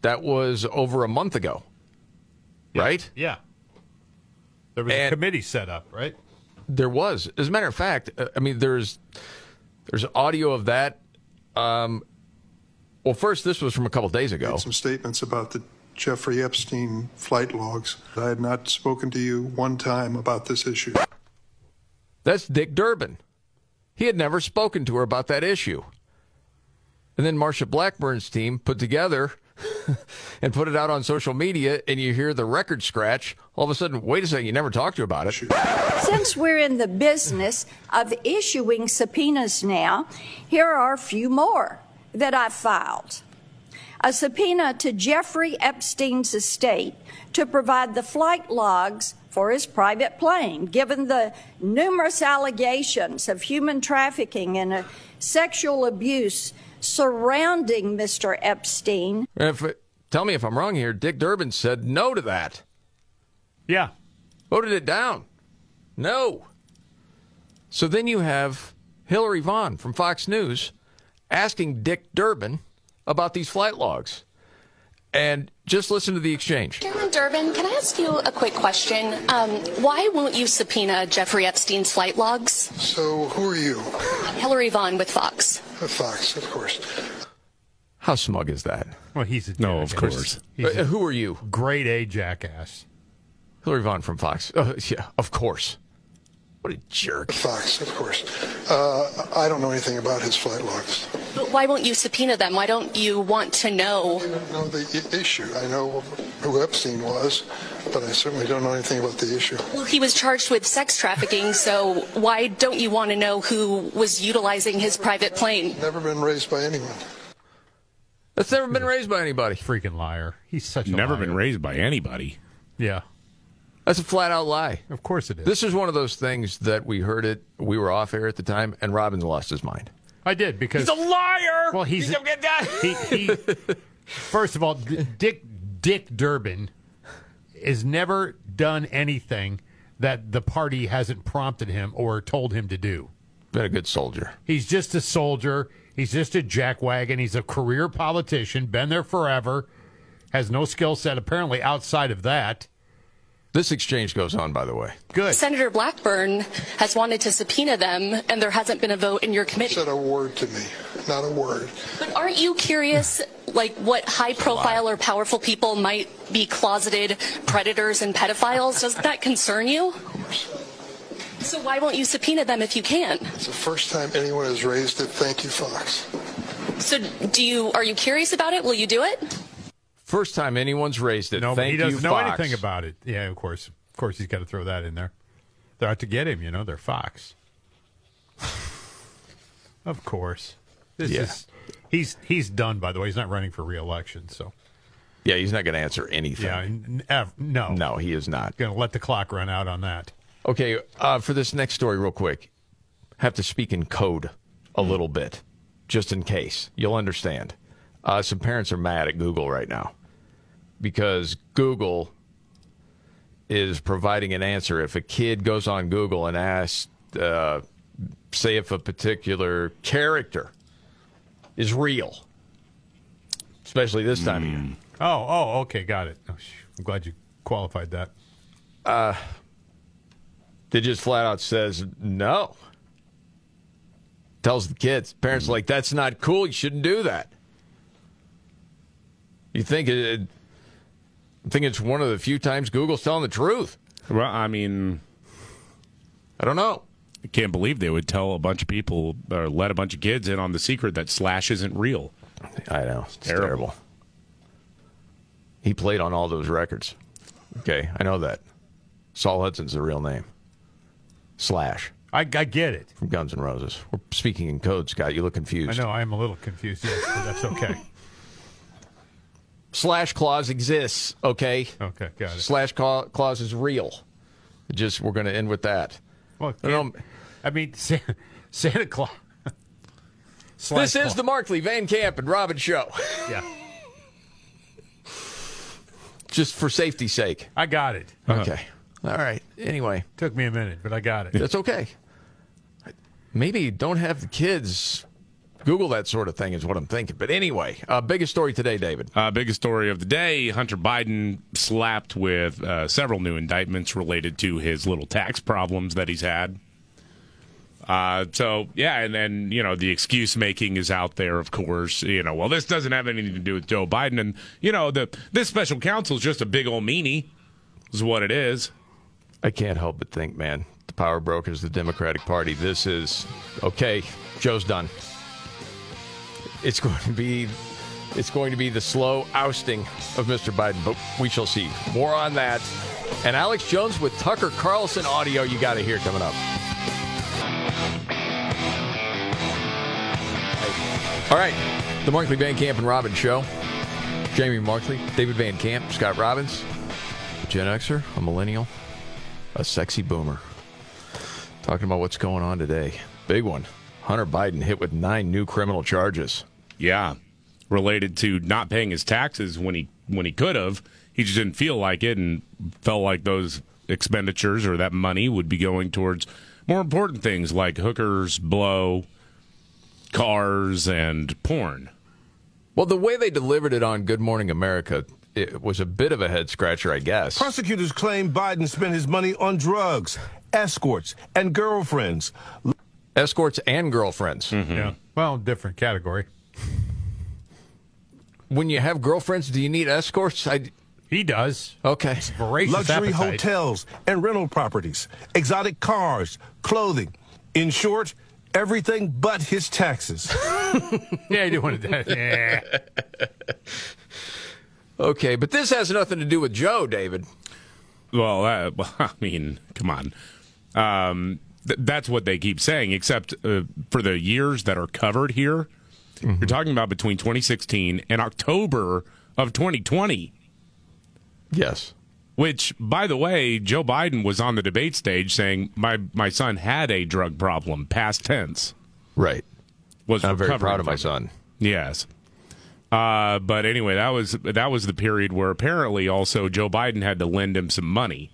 That was over a month ago, right? Yeah. There was a committee set up, right? There was. As a matter of fact, uh, I mean, there's there's audio of that. Um, well, first, this was from a couple days ago. Some statements about the Jeffrey Epstein flight logs. I had not spoken to you one time about this issue. That's Dick Durbin. He had never spoken to her about that issue. And then Marsha Blackburn's team put together *laughs* and put it out on social media, and you hear the record scratch. All of a sudden, wait a second, you never talked to her about it. Since we're in the business of issuing subpoenas now, here are a few more that I filed. A subpoena to Jeffrey Epstein's estate to provide the flight logs for his private plane, given the numerous allegations of human trafficking and uh, sexual abuse surrounding Mr. Epstein. If it- tell me if I'm wrong here, Dick Durbin said no to that. Yeah. Voted it down. No. So then you have Hillary Vaughn from Fox News asking Dick Durbin about these flight logs. And just listen to the exchange. Carolyn Durbin, can I ask you a quick question? Um, why won't you subpoena Jeffrey Epstein's flight logs? So, who are you? Hillary Vaughn with Fox. With Fox, of course. How smug is that? Well, he's a No, of course. Uh, who are you? Grade A jackass. Hillary Vaughn from Fox. Uh, yeah, of course. What a jerk. Fox, of course. Uh, I don't know anything about his flight logs. But why won't you subpoena them? Why don't you want to know? know the i- issue. I know who Epstein was, but I certainly don't know anything about the issue. Well, he was charged with sex trafficking, so why don't you want to know who was utilizing his private plane? Never been raised by anyone. That's never been raised by anybody. Freaking liar. He's such a Never liar. been raised by anybody. Yeah. That's a flat out lie. Of course it is. This is one of those things that we heard it. We were off air at the time, and Robin lost his mind. I did because He's a liar. Well, he's, He's a good *laughs* guy. He, he, first of all, D- Dick Dick Durbin has never done anything that the party hasn't prompted him or told him to do. Been a good soldier. He's just a soldier. He's just a jackwagon. He's a career politician. Been there forever. Has no skill set apparently outside of that. This exchange goes on, by the way. Good. Senator Blackburn has wanted to subpoena them, and there hasn't been a vote in your committee. Said a word to me, not a word. But aren't you curious, like, what high profile or powerful people might be closeted predators and pedophiles? Doesn't that concern you? So why won't you subpoena them if you can? It's the first time anyone has raised it. Thank you, Fox. So do you are you curious about it? Will you do it? First time anyone's raised it. No, but Thank he doesn't you, know Fox. anything about it. Yeah, of course, of course, he's got to throw that in there. They're out to get him, you know. They're Fox. *laughs* of course, this Yeah. is he's he's done. By the way, he's not running for reelection, so Yeah, he's not going to answer anything. yeah, n- ev- no, No, he is not. going to let the clock run out on that. Okay, uh, for this next story, real quick, have to speak in code a little bit, just in case you'll understand. Uh, some parents are mad at Google right now because Google is providing an answer. If a kid goes on Google and asks, uh, say, if a particular character is real, especially this time of year. Oh, oh, okay, got it. Oh, sh- I'm glad you qualified that. uh, that just flat out says no. Tells the kids, parents are like, that's not cool. You shouldn't do that. You think it, it- I think it's one of the few times Google's telling the truth. Well, I mean, I don't know. I can't believe they would tell a bunch of people or let a bunch of kids in on the secret that Slash isn't real. I know. It's terrible. He played on all those records. Okay, I know that. Saul Hudson's the real name. Slash. I, I get it. From Guns N' Roses. We're speaking in code, Scott. You look I confused. know I am a little confused. Yes, but that's okay. Slash clause exists, okay? Okay, got it. Slash ca- clause is real. Just, we're going to end with that. Well, I, don't- I mean, *laughs* Santa, Santa Claus. this is the Markley, Van Camp, and Robin show. Yeah. Just for safety's sake. I got it. Okay. All right. Anyway, took me a minute, but I got it. That's okay. Maybe don't have the kids Google that sort of thing, is what I'm thinking. But anyway, uh, biggest story today, David. Uh, biggest story of the day Hunter Biden slapped with uh, several new indictments related to his little tax problems that he's had. Uh, so, yeah, and then, you know, the excuse making is out there, of course. You know, well, this doesn't have anything to do with Joe Biden. And, you know, the this special counsel is just a big old meanie, is what it is. I can't help but think, man, the power brokers, the Democratic Party, this is okay, Joe's done. It's going to be it's going to be the slow ousting of Mr. Biden, but we shall see. More on that. And Alex Jones with Tucker Carlson audio you gotta hear coming up. All right. The Markley Van Camp and Robbins Show. Jamie Markley, David Van Camp, Scott Robbins, a Gen Xer, a millennial, a sexy boomer. Talking about what's going on today. Big one. Hunter Biden hit with nine new criminal charges. Yeah, related to not paying his taxes when he when he could have. He just didn't feel like it and felt like those expenditures or that money would be going towards more important things like hookers, blow, cars, and porn. Well, the way they delivered it on Good Morning America, it was a bit of a head scratcher, I guess. Prosecutors claim Biden spent his money on drugs, escorts, and girlfriends. Escorts and girlfriends. Yeah. Well, different category. When you have girlfriends, do you need escorts? I, he does. Okay. Voracious Luxury appetite. hotels and rental properties, exotic cars, clothing. In short, everything but his *laughs* taxes. yeah, you do want to. Yeah. Okay, but this has nothing to do with Joe, David. Well, uh, *laughs* well, I mean, come on. Um, th- that's what they keep saying, except uh, for the years that are covered here. Mm-hmm. You're talking about between 2016 and October of 2020. Yes. Which, by the way, Joe Biden was on the debate stage saying, "My my son had a drug problem." Past tense. Right. Was I'm very recovering proud of my from it. son. Yes. Uh, but anyway, that was that was the period where apparently also Joe Biden had to lend him some money,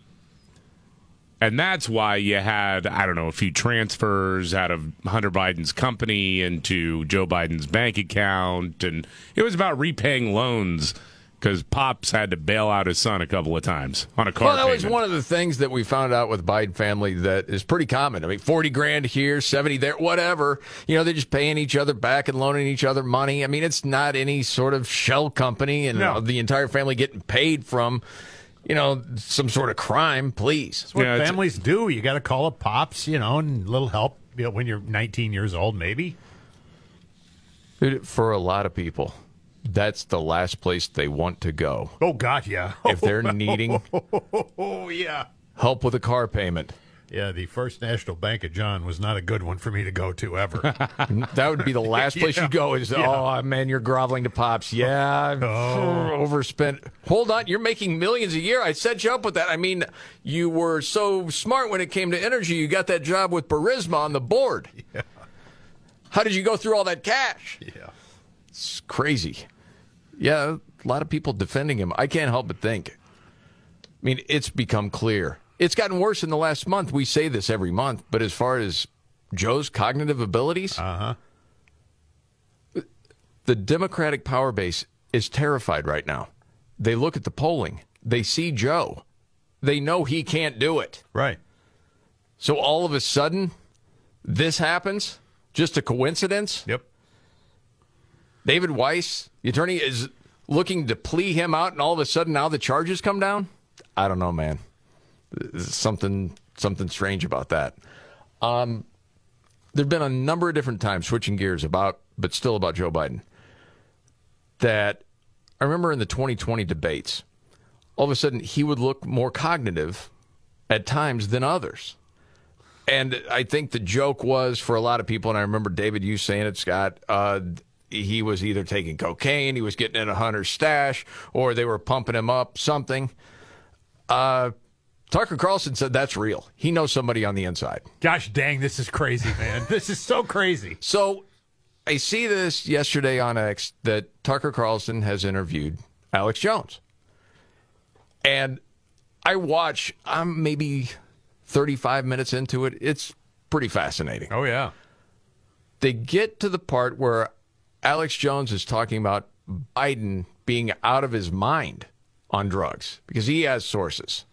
and that's why you had I don't know a few transfers out of Hunter Biden's company into Joe Biden's bank account, and it was about repaying loans because Pops had to bail out his son a couple of times on a car. Well, that was payment. one of the things that we found out with Biden family that is pretty common. I mean, 40 grand here, 70 there, whatever. You know, they're just paying each other back and loaning each other money. I mean, it's not any sort of shell company and No. uh, the entire family getting paid from, you know, some sort of crime, please. That's what families do. You got to call up pops, you know, and a little help you know, when you're 19 years old, maybe. Dude, for a lot of people, that's the last place they want to go. Oh, God, yeah. *laughs* If they're *laughs* needing Oh, yeah. help with a car payment, Yeah, the First National Bank of John was not a good one for me to go to ever. *laughs* that would *laughs* be the last place you go is, oh, man, you're groveling to pops. Yeah, *laughs* Oh. *sighs* overspent. Hold on, you're making millions a year. I set you up with that. I mean, you were so smart when it came to energy. You got that job with Barisma on *laughs* the board. How did you go through all that cash? Yeah. It's crazy. Yeah, a lot of people defending him. I can't help but think. I mean, it's become clear. It's gotten worse in the last month. We say this every month, but as far as Joe's cognitive abilities, uh-huh. the Democratic power base is terrified right now. They look at the polling, they see Joe, they know he can't do it. Right. So all of a sudden, this happens. Just a coincidence. Yep. David Weiss, the attorney, is looking to plea him out, and all of a sudden now the charges come down. I don't know, man. There's Something something strange about that. Um, there've been a number of different times switching gears about, but still about Joe Biden. That I remember in the 2020 debates, all of a sudden he would look more cognitive at times than others. And I think the joke was for a lot of people, and I remember David, you saying it, Scott. Uh, he was either taking cocaine, he was getting in a hunter's stash, or they were pumping him up, something. Uh, Tucker Carlson said that's real. He knows somebody on the inside. Gosh dang, this is crazy, man. this is so crazy. So I see this yesterday on X that Tucker Carlson has interviewed Alex Jones. And I watch, I'm maybe 35 minutes into it. It's pretty fascinating. Oh, yeah. They get to the part where Alex Jones is talking about Biden being out of his mind on drugs because he has sources.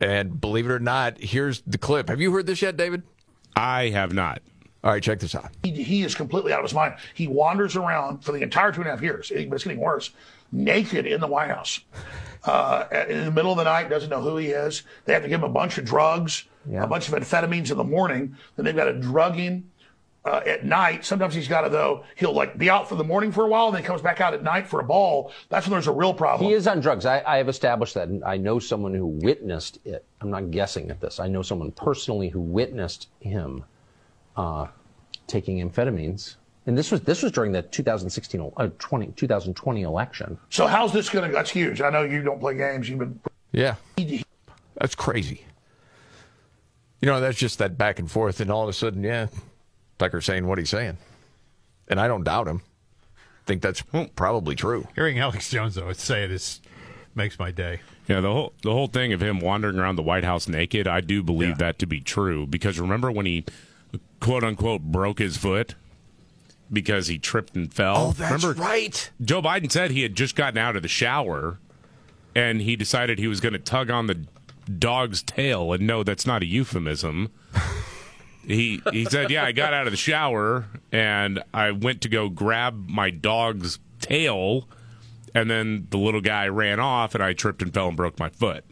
And believe it or not, here's the clip. Have you heard this yet, David? I have not. All right, check this out. He, he is completely out of his mind. He wanders around for the entire two and a half years, but it's getting worse, naked in the White House. Uh, in the middle of the night, doesn't know who he is. They have to give him a bunch of drugs, a bunch of amphetamines in the morning. Then they've got to drug him uh, at night. Sometimes he's got to, though, he'll like be out for the morning for a while and then comes back out at night for a ball. That's when there's a real problem. He is on drugs. I, I have established that. I know someone who witnessed it. I'm not guessing at this. I know someone personally who witnessed him uh, taking amphetamines. And this was this was during the 2016 el- uh, 20, 2020 election. So how's this going to? That's huge. I know you don't play games. You've been Yeah. That's crazy. You know, that's just that back and forth, and all of a sudden, yeah, Tucker's saying what he's saying. And I don't doubt him. think that's probably true. Hearing Alex Jones, though, say it is makes *laughs* my day. Yeah, the whole the whole thing of him wandering around the White House naked, I do believe that to be true because remember when he quote unquote broke his foot because he tripped and fell. Oh, that's remember, right. Joe Biden said he had just gotten out of the shower and he decided he was going to tug on the dog's tail and no, that's not a euphemism. he he said, "Yeah, I got out of the shower and I went to go grab my dog's tail." And then the little guy ran off, and I tripped and fell and broke my foot.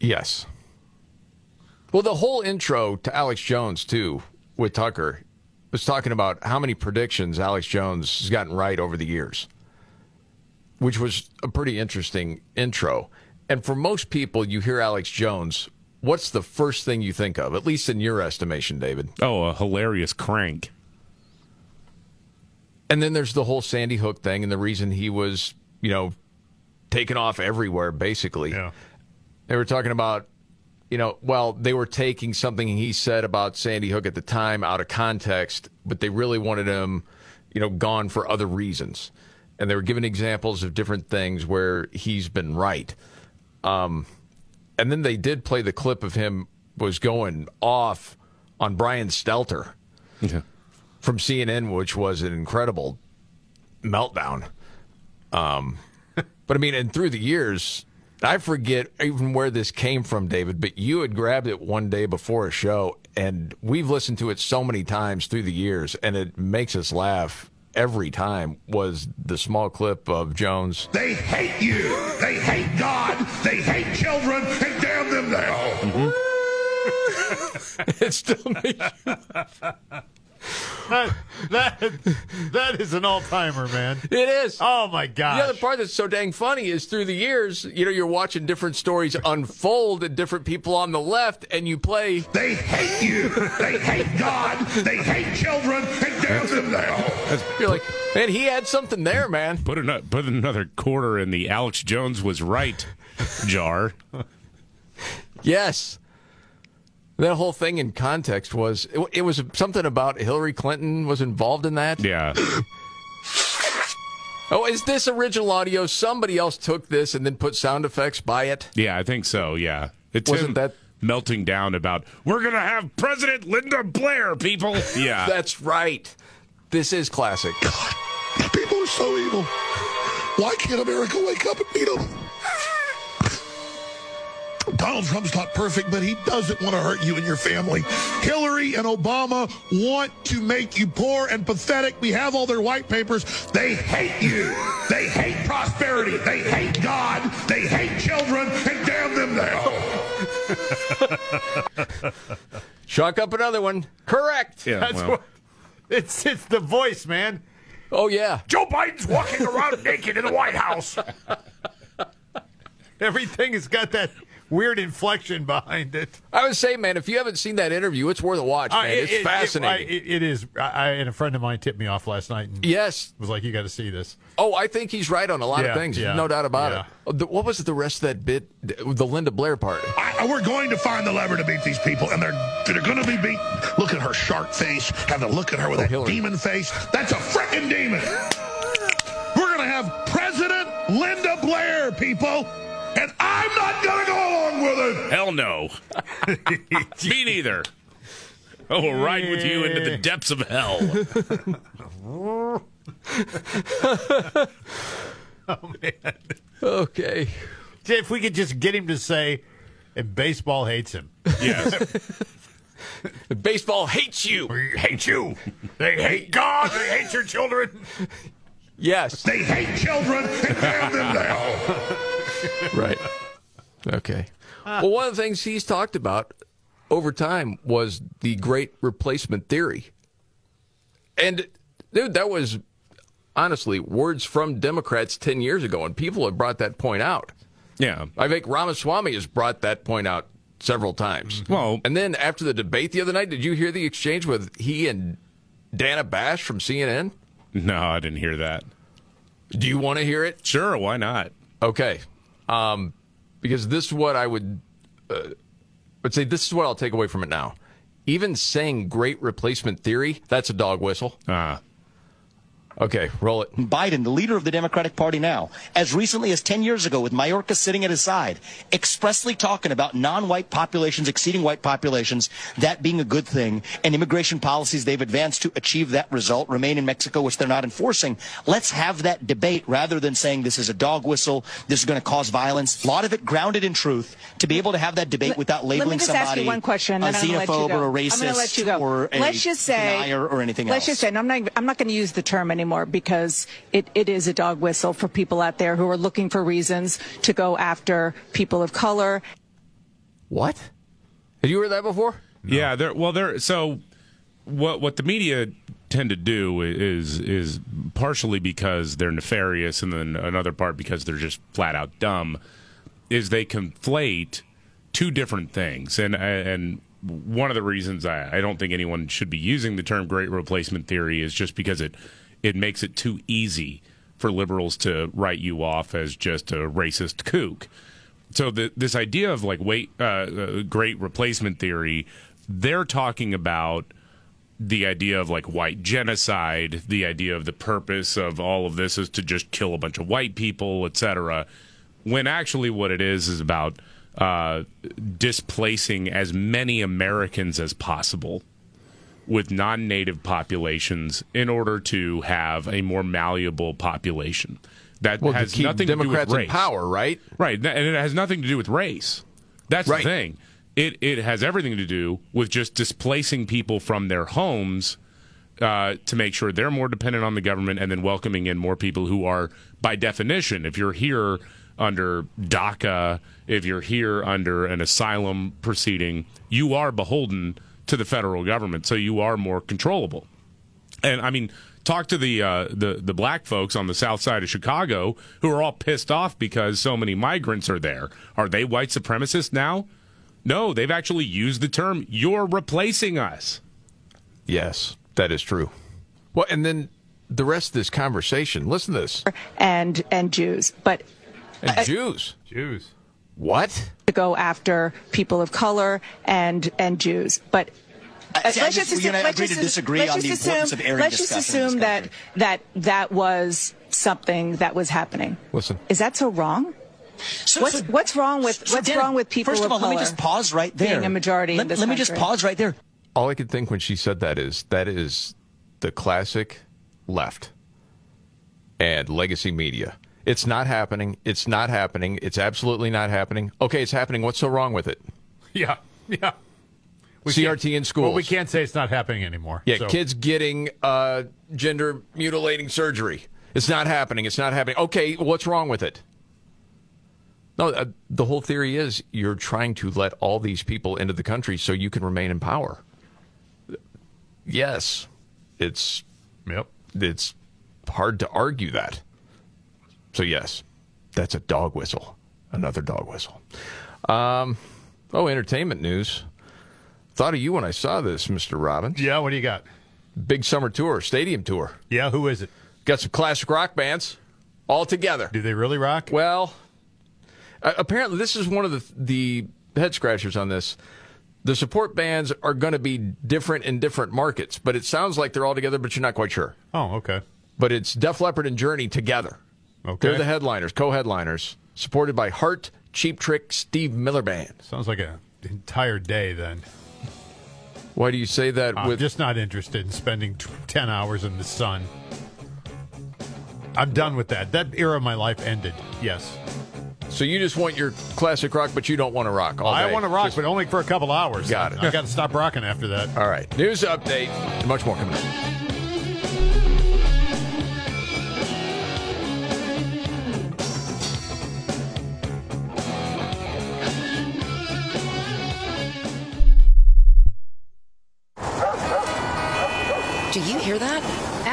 Yes. Well, the whole intro to Alex Jones, too, with Tucker, was talking about how many predictions Alex Jones has gotten right over the years, which was a pretty interesting intro. And for most people, you hear Alex Jones, what's the first thing you think of, at least in your estimation, David? Oh, a hilarious crank. And then there's the whole Sandy Hook thing and the reason he was, you know, taken off everywhere, basically. They were talking about, you know, well, they were taking something he said about Sandy Hook at the time out of context, but they really wanted him, you know, gone for other reasons. And they were giving examples of different things where he's been right. Um, and then they did play the clip of him was going off on Brian Stelter from CNN, which was an incredible meltdown. Um, *laughs* but I mean, and through the years, I forget even where this came from, David, but you had grabbed it one day before a show, and we've listened to it so many times through the years, and it makes us laugh every time. Was the small clip of Jones. They hate you. They hate God. They hate children. And damn them now. *laughs* it still makes *laughs* That, that, that is an all timer, man. It is. Oh, my gosh. The other part that's so dang funny is through the years, you know, you're watching different stories unfold and different people on the left, and you play. They hate you. They hate God. They hate children. And damn them now. You're like, man, he had something there, man. Put another put another quarter in the Alex Jones was right jar. Yes. That whole thing in context was it, it was something about Hillary Clinton was involved in that. Yeah. oh, is this original audio? Somebody else took this and then put sound effects by it. Yeah, I think so. Oh, Yeah, it's Wasn't him melting down about we're gonna have President Linda Blair, people. *laughs* Yeah, that's right. This is classic. People are so evil. Why can't America wake up and beat them? Donald Trump's not perfect, but he doesn't want to hurt you and your family. Hillary and Obama want to make you poor and pathetic. We have all their white papers. They hate you. They hate prosperity. They hate God. They hate children. And damn them now. Chalk up another one. Correct. That's what, it's, it's the voice, man. Oh, yeah. Joe Biden's *laughs* walking around naked in the White House. Everything has got that weird inflection behind it. I would say, man, if you haven't seen that interview, it's worth a watch, Uh, man. it- it's it- it- fascinating. I- It, it is. I, I- and a friend of mine tipped me off last night. And yes, was like, you got to see this. oh, I think he's right on a lot Yeah, of things. yeah, no doubt about it. The- what was the rest of that bit? The Linda Blair part. I, we're going to find the lever to beat these people, and they're they're going to be beat. Look at her shark face. Have to look at Oh, her with that demon face. That's a freaking demon. We're going to have President Linda Blair, people, and I'm not going to go along with it. Hell no. Oh. *laughs* Me neither. I will ride with you into the depths of hell. *laughs* *laughs* Oh man. Okay. If we could just get him to say, and baseball hates him. *laughs* Baseball hates you. We hate you. They hate God. They hate your children. Yes. They hate children and damn them to hell. *laughs* right. Okay. Well, one of the things he's talked about over time was the great replacement theory. And, dude, that was honestly words from Democrats 10 years ago, and people have brought that point out. Yeah. I think Ramaswamy has brought that point out several times. Mm-hmm. Well, and then after the debate the other night, did you hear the exchange with he and Dana Bash from CNN? No, I didn't hear that. Do you want to hear it? Sure, why not? Okay, um, because this is what I would, uh, would say. This is what I'll take away from it now. Even saying great replacement theory, that's a dog whistle. Ah. Okay, roll it. Biden, the leader of the Democratic Party now, as recently as 10 years ago with Mayorkas sitting at his side, expressly talking about non-white populations exceeding white populations, that being a good thing, and immigration policies they've advanced to achieve that result, remain in Mexico, which they're not enforcing. Let's have that debate rather than saying this is a dog whistle, this is going to cause violence. A lot of it grounded in truth to be able to have that debate without Let labeling me just somebody ask you one question, and a then I'm gonna let you xenophobe or go. a I'm gonna racist let you go. or a let's just say, denier or anything let's else. just say, and I'm not, I'm not going to use the term anymore because it, it is a dog whistle for people out there who are looking for reasons to go after people of color. What? Have you heard that before? Yeah, there. Well, there. So, what what the media tend to do is is partially because they're nefarious, and then another part because they're just flat out dumb. Is they conflate two different things, and and one of the reasons I, I don't think anyone should be using the term great replacement theory is just because it it makes it too easy for liberals to write you off as just a racist kook so the, this idea of like wait, uh, uh, great replacement theory, they're talking about the idea of like white genocide, the idea of the purpose of all of this is to just kill a bunch of white people, etc. When actually, what it is is about uh, displacing as many Americans as possible with non native populations in order to have a more malleable population. That Well, to has keep nothing to Democrats do in with race. power, right? Right, and it has nothing to do with race. That's Right. the thing. It it has everything to do with just displacing people from their homes uh, to make sure they're more dependent on the government, and then welcoming in more people who are, by definition, if you're here under DACA, if you're here under an asylum proceeding, you are beholden to the federal government, so you are more controllable and I mean, talk to the uh, the the black folks on the south side of Chicago who are all pissed off because so many migrants are there. Are they white supremacists now? No, they've actually used the term "you're replacing us." Yes, that is true. Well, and then the rest of this conversation. Listen to this. and and Jews, but Uh, And Jews. Jews. What? to go after people of color and and Jews, but. Uh, see, I just- let's just we're assume- gonna let's agree just to disagree let's on the just importance assume- of Aryan Let's just discussion in this assume that that that was something that was happening. Listen. Is that so wrong? what's what's wrong with So, what's Dana, wrong with people First of all, color? let me just pause right there. Being a majority Let, in this let me just country? pause right there. All I could think when she said that is that is the classic left and legacy media. It's not happening. It's not happening. It's absolutely not happening. Okay, it's happening. What's so wrong with it? *laughs* Yeah. Yeah. CRT in schools. Well, we can't say it's not happening anymore. Yeah, so- kids getting uh, gender mutilating surgery. It's not happening. It's not happening. Okay, what's wrong with it? No, uh, the whole theory is you're trying to let all these people into the country so you can remain in power. Yes, it's yep. It's hard to argue that. So yes, that's a dog whistle. Another dog whistle. Um, oh, entertainment news. Thought of you when I saw this, Mr. Robbins. Yeah, what do you got? Big summer tour, stadium tour. Yeah, who is it? Got some classic rock bands all together. Do they really rock? Well, uh, apparently this is one of the the head scratchers on this. The support bands are going to be different in different markets, but it sounds like they're all together, but you're not quite sure. Oh, okay. But it's Def Leppard and Journey together. Okay. They're the headliners, co-headliners, supported by Heart, Cheap Trick, Steve Miller Band. Sounds like an entire day then. Why do you say that I'm with just not interested in spending t- 10 hours in the sun. I'm done with that. That era of my life ended. Yes. So you just want your classic rock, but you don't want to rock all I day. want to rock, Just- but only for a couple hours. Got it. I got to stop rocking after that. All right. News update. Much more coming up. Do you hear that?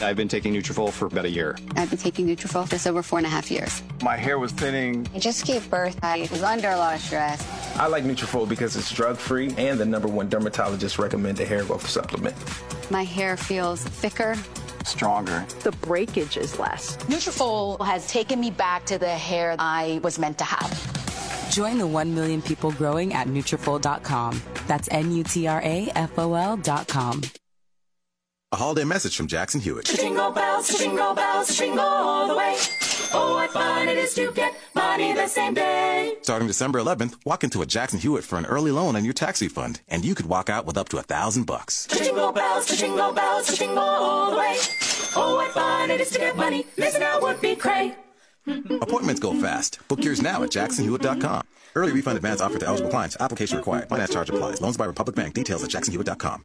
I've been taking Nutrafol for about a year. I've been taking Nutrafol just over four and a half years. My hair was thinning. I just gave birth. I was under a lot of stress. I like Nutrafol because it's drug-free and the number one dermatologist recommended hair growth supplement. My hair feels thicker. Stronger. The breakage is less. Nutrafol has taken me back to the hair I was meant to have. Join the 1 million people growing at Nutrafol.com. That's N-U-T-R-A-F-O-L dot com. A holiday message from Jackson Hewitt. Jingle bells, jingle bells, jingle all the way. Oh, what fun it is to get money the same day. Starting December 11th, walk into a Jackson Hewitt for an early loan on your tax refund, and you could walk out with up to a thousand bucks. Jingle bells, jingle bells, jingle all the way. Oh, what fun it is to get money. Listen, I would be cray. Appointments go fast. Book yours now at jacksonhewitt.com. Early refund advance offered to eligible clients. Application required. Finance charge applies. Loans by Republic Bank. Details at jacksonhewitt.com.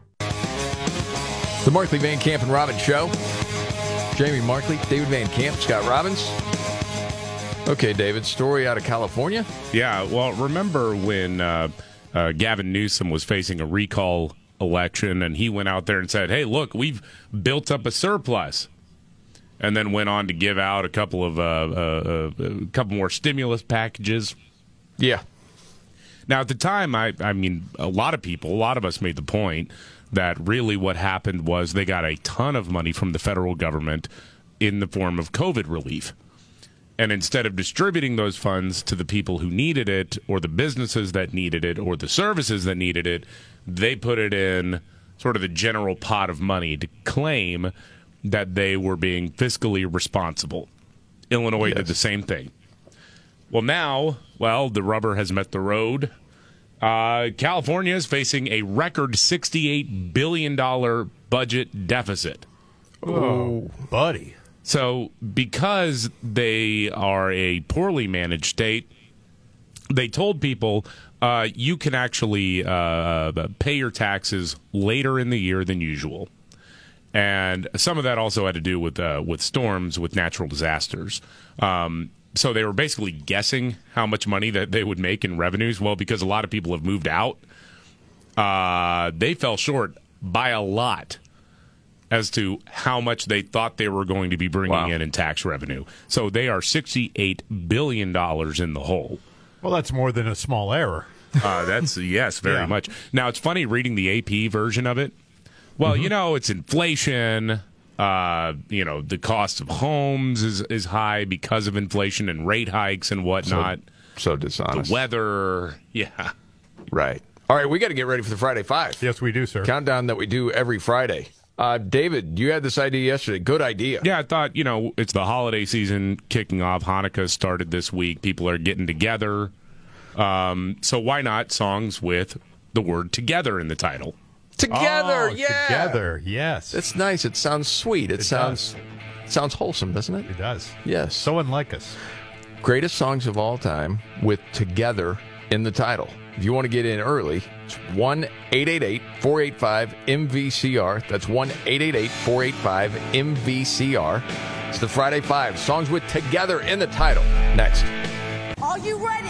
The Markley Van Camp and Robbins Show. Jamie Markley, David Van Camp, Scott Robbins. Okay, David, story out of California. Yeah, well, remember when uh, uh, Gavin Newsom was facing a recall election and he went out there and said, hey, look, we've built up a surplus. And then went on to give out a couple of uh, uh, uh, a couple more stimulus packages. Yeah. Now, at the time, I, I mean, a lot of people, a lot of us made the point that really what happened was they got a ton of money from the federal government in the form of COVID relief. And instead of distributing those funds to the people who needed it, or the businesses that needed it, or the services that needed it, they put it in sort of the general pot of money to claim that they were being fiscally responsible. Illinois did the same thing. Well, now, well, the rubber has met the road. Uh, California is facing a record $68 billion budget deficit. Oh, buddy. So, because they are a poorly managed state, they told people uh, you can actually uh, pay your taxes later in the year than usual. And some of that also had to do with uh, with storms, with natural disasters. Um, so they were basically guessing how much money that they would make in revenues. Well, because a lot of people have moved out, uh, they fell short by a lot as to how much they thought they were going to be bringing in in tax revenue. So they are $68 billion in the hole. Well, that's more than a small error. *laughs* Uh, that's yes, very Yeah. much. Now it's funny reading the AP version of it. Well, Mm-hmm. you know, it's inflation. Uh, you know, the cost of homes is is high because of inflation and rate hikes and whatnot. So, so the dishonest. weather, yeah. Right. All right, we got to get ready for the Friday Five. Yes, we do, sir. Countdown that we do every Friday. Uh, David, you had this idea yesterday. Good idea. Yeah, I thought, you know, it's the holiday season kicking off. Hanukkah started this week. People are getting together. Um, so why not songs with the word together in the title? Together, Oh, yeah. Together, yes. It's nice. It sounds sweet. It, sounds sounds wholesome, doesn't it? It does. Yes. So unlike us. Greatest songs of all time with together in the title. If you want to get in early, it's 1 888 485 MVCR. That's 1 888 485 MVCR. It's the Friday Five songs with together in the title. Next. Are you ready?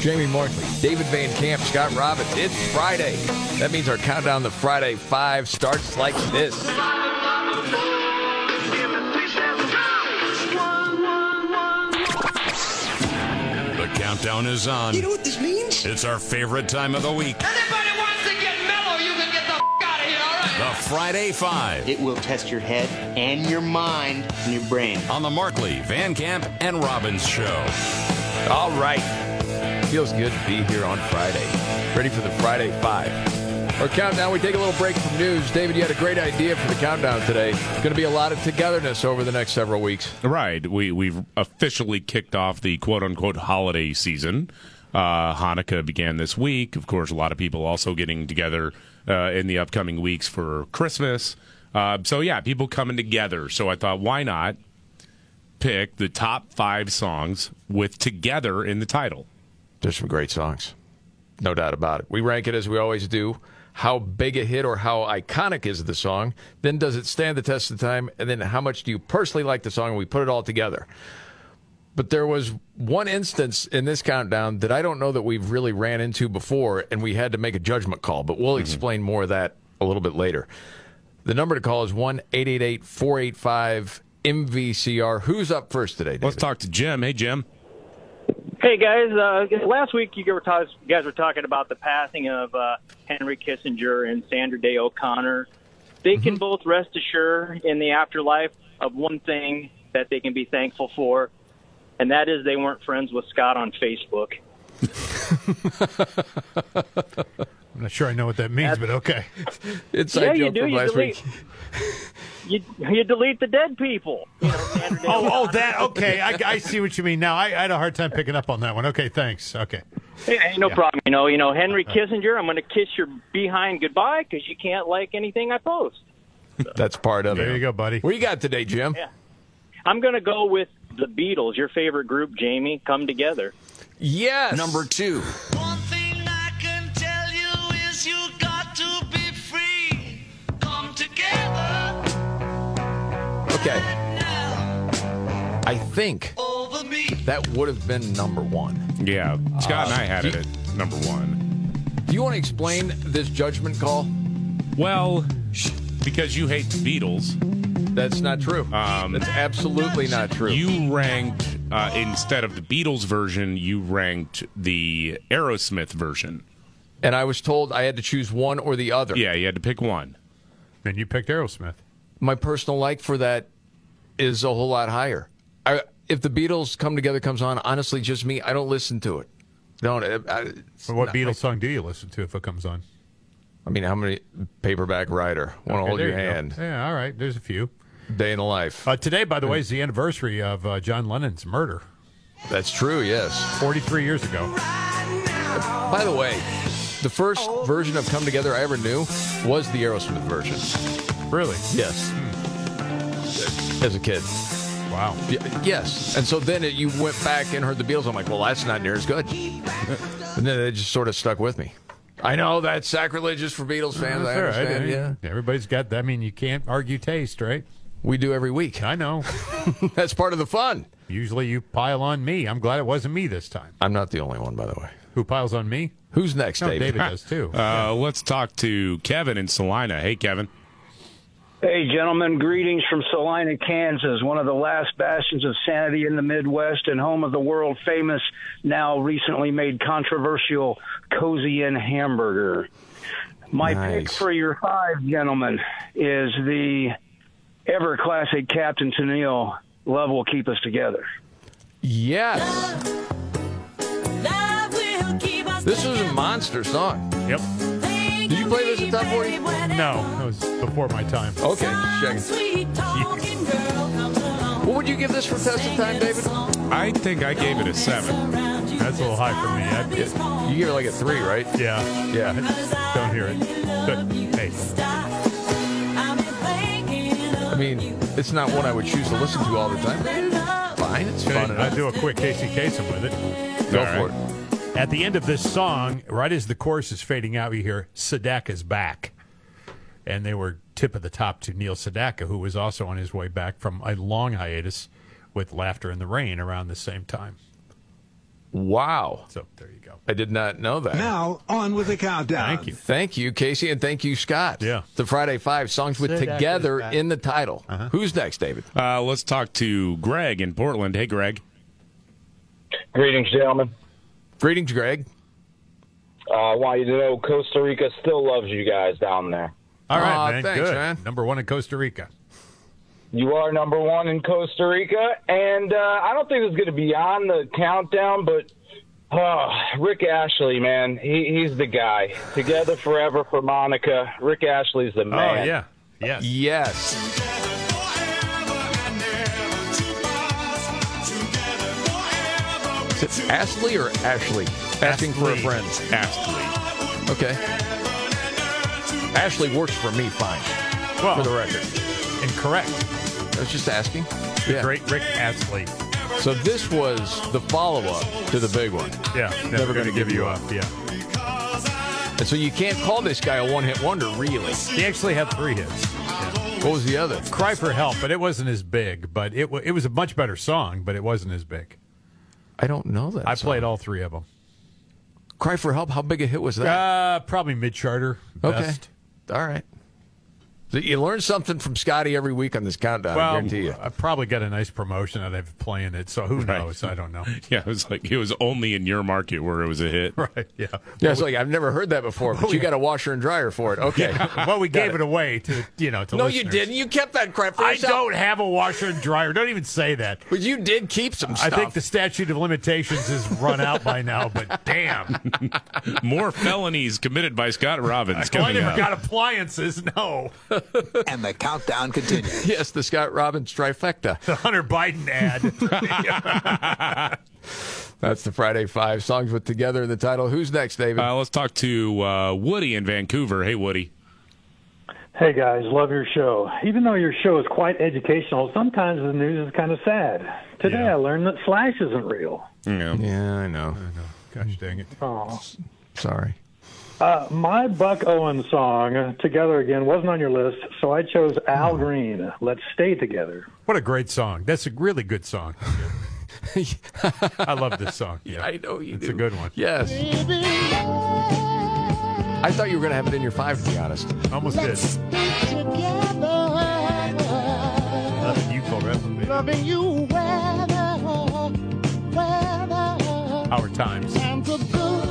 Jamie Markley, David Van Camp, Scott Robbins. It's Friday. That means our countdown to Friday 5 starts like this. The countdown is on. You know what this means? It's our favorite time of the week. Anybody wants to get mellow, you can get the f- out of here, all right? The Friday Five. It will test your head and your mind and your brain. On the Markley, Van Camp, and Robbins show. All right. Feels good to be here on Friday. Ready for the Friday Five. Our countdown, we take a little break from news. David, you had a great idea for the countdown today. It's going to be a lot of togetherness over the next several weeks. Right. We we've officially kicked off the quote unquote holiday season. Uh, Hanukkah began this week. Of course, a lot of people also getting together uh, in the upcoming weeks for Christmas. Uh, so yeah, people coming together. So I thought, why not pick the top five songs with "together" in the title? There's some great songs. No doubt about it. We rank it as we always do. How big a hit or how iconic is the song? Then does it stand the test of time? And then how much do you personally like the song? And we put it all together. But there was one instance in this countdown that I don't know that we've really ran into before, and we had to make a judgment call. But Mm-hmm. we'll explain more of that a little bit later. The number to call is 1 888 485 MVCR. Who's up first today? Let's talk to Jim. Hey, Jim. Hey guys, uh, last week you were talk- you guys were talking about the passing of uh, Henry Kissinger and Sandra Day O'Connor. They Mm-hmm. can both rest assured in the afterlife of one thing that they can be thankful for, and that is they weren't friends with Scott on Facebook. I'm not sure I know what that means, but *laughs* okay. yeah, you do. you delete. *laughs* you you delete the dead people. You know, Sandra Day *laughs* Oh, oh, O'Connor. that okay. I, I see what you mean now. I, I had a hard time picking up on that one. Okay, thanks. Okay, Hey, hey, no problem. You know, you know Henry Kissinger. I'm going to kiss your behind goodbye because you can't like anything I post. That's part of it. There you go, buddy. What you got today, Jim? Yeah. I'm going to go with the Beatles, your favorite group, Jamie. Come together. Yes. Number two. Okay. I think that would have been number one. Yeah, Scott and I had Uh, it at number one. Do you want to explain this judgment call? Well, because you hate the Beatles. That's not true. Um, That's absolutely not true. You ranked uh, instead of the Beatles version, you ranked the Aerosmith version. And I was told I had to choose one or the other. Yeah, you had to pick one. Then you picked Aerosmith. My personal like for that is a whole lot higher. I, if the Beatles come together comes on, honestly, just me, I don't listen to it. Don't. I, I, it's What not- Beatles song do you listen to if it comes on? I mean, how many paperback writer? Want Okay, to hold there your you go. hand? Yeah, all right. There's a few. Day in the life. Uh, today, by the way, is the anniversary of uh, John Lennon's murder. That's true. Yes, 43 years ago. By the way, the first version of Come Together I ever knew was the Aerosmith version. Really? Hmm. Yes. As a kid. Wow. yes. And so then it, you went back and heard the Beatles. I'm like, well, that's not near *laughs* as good. and then it just sort of stuck with me. I know that's sacrilegious for Beatles fans. I That's all right. understand. I yeah. mean, Everybody's got that. I mean, you can't argue taste, right? We do every week. I know. *laughs* That's part of the fun. Usually you pile on me. I'm glad it wasn't me this time. I'm not the only one, by the way. Who piles on me? Who's next, *laughs* No, David? David does too. Uh, Let's talk to Kevin in Salina. Hey, Kevin. Hey, gentlemen, greetings from Salina, Kansas, one of the last bastions of sanity in the Midwest and home of the world famous, now recently made controversial Cozy Inn hamburger. My pick for your five, gentlemen, is the ever classic Captain Tennille. Love will keep us together. Yes. Love will keep us This is a monster song. Yep. Did you play this at Top 40? No, it was before my time. Okay, just sweet talking girl comes along. What would you give this for test of time, David? I think I gave it a seven. That's a little high for me. I, you give it like a three, right? Yeah. Yeah. *laughs* Don't hear it. But hey, I mean, it's not one I would choose to listen to all the time. Fine, it's fun. I do a quick Casey Kasem with it. Go All right. for At the end of this song, right as the chorus is fading out, you hear Sadak is back. And they were tip of the top to Neil Sadaka, who was also on his way back from a long hiatus with Laughter in the Rain around the same time. Wow. So there you go. I did not know that. Now, on with the countdown. Thank you. Thank you, Casey, and thank you, Scott. Yeah. The Friday Five songs with Sit back, Together sit back. in the title. Uh-huh. Who's next, David? Uh, let's talk to Greg in Portland. Hey, Greg. Greetings, gentlemen. Greetings, Greg. Uh, want you to know Costa Rica still loves you guys down there. All right, Aw, man. thanks, Good. man. Number one in Costa Rica. You are number one in Costa Rica, and uh, I don't think it's going to be on the countdown, but uh, Rick Ashley, man, he, he's the guy. Together forever for Monica. Rick Ashley's the man. Oh, Yes. Yes. Is it Astley or Ashley? Asking for a friend. Astley. Okay. Ashley works for me fine. Well, for the record. Incorrect. I was just asking. The great Rick Astley. So this was the follow-up to the big one. Yeah. Never, Gonna going to give you up. Yeah. And so you can't call this guy a one-hit wonder, really. He actually had three hits. What was the other? Cry for Help, but it wasn't as big. But it wa it was a much better song, but it wasn't as big. I don't know that. I song. played all three of them. Cry for Help. How big a hit was that? Uh, probably mid charter. Best. Okay. All right. So you learn something from Scotty every week on this countdown. I guarantee you. I probably got a nice promotion out of playing it, so who knows? I don't *laughs* know. *laughs* Yeah, it was like it was only in your market where it was a hit. Right. Yeah. Yeah, it's like I've never heard that before, but you got a washer and dryer for it. *laughs* Okay. well, we Got gave it. away to you know to No, you listeners. didn't. You kept *laughs* that crap for I yourself. don't have a washer and dryer. Don't even say that. But you did keep some I think stuff. the statute of limitations is run out by now, *laughs* but damn. *laughs* More felonies committed by Scott Robbins Well, Oh, I coming never up. got appliances, *laughs* no. And the countdown continues. Yes, the Scott Robbins *laughs* trifecta. The Hunter Biden ad. *laughs* That's the Friday Five songs with together in the title. Who's next, David? Uh, let's talk to uh, Woody in Vancouver. Hey, Woody. Hey guys, love your show. Even though your show is quite educational, sometimes the news is kind of sad. Today I learned that Slash isn't real. Yeah, I know. Gosh dang it. Oh. Sorry. Uh, my Buck Owens song, uh, Together Again, wasn't on your list, so I chose Hmm. Al Green, Let's Stay Together. What a great song. That's a really good song. I love this song. Yeah. I know you it's do. a good one. Yes. I thought you were going to have it in your five, to be honest. Almost did. Loving Uh, you, Colorado. Loving you weather, weather. Our times. Times of good,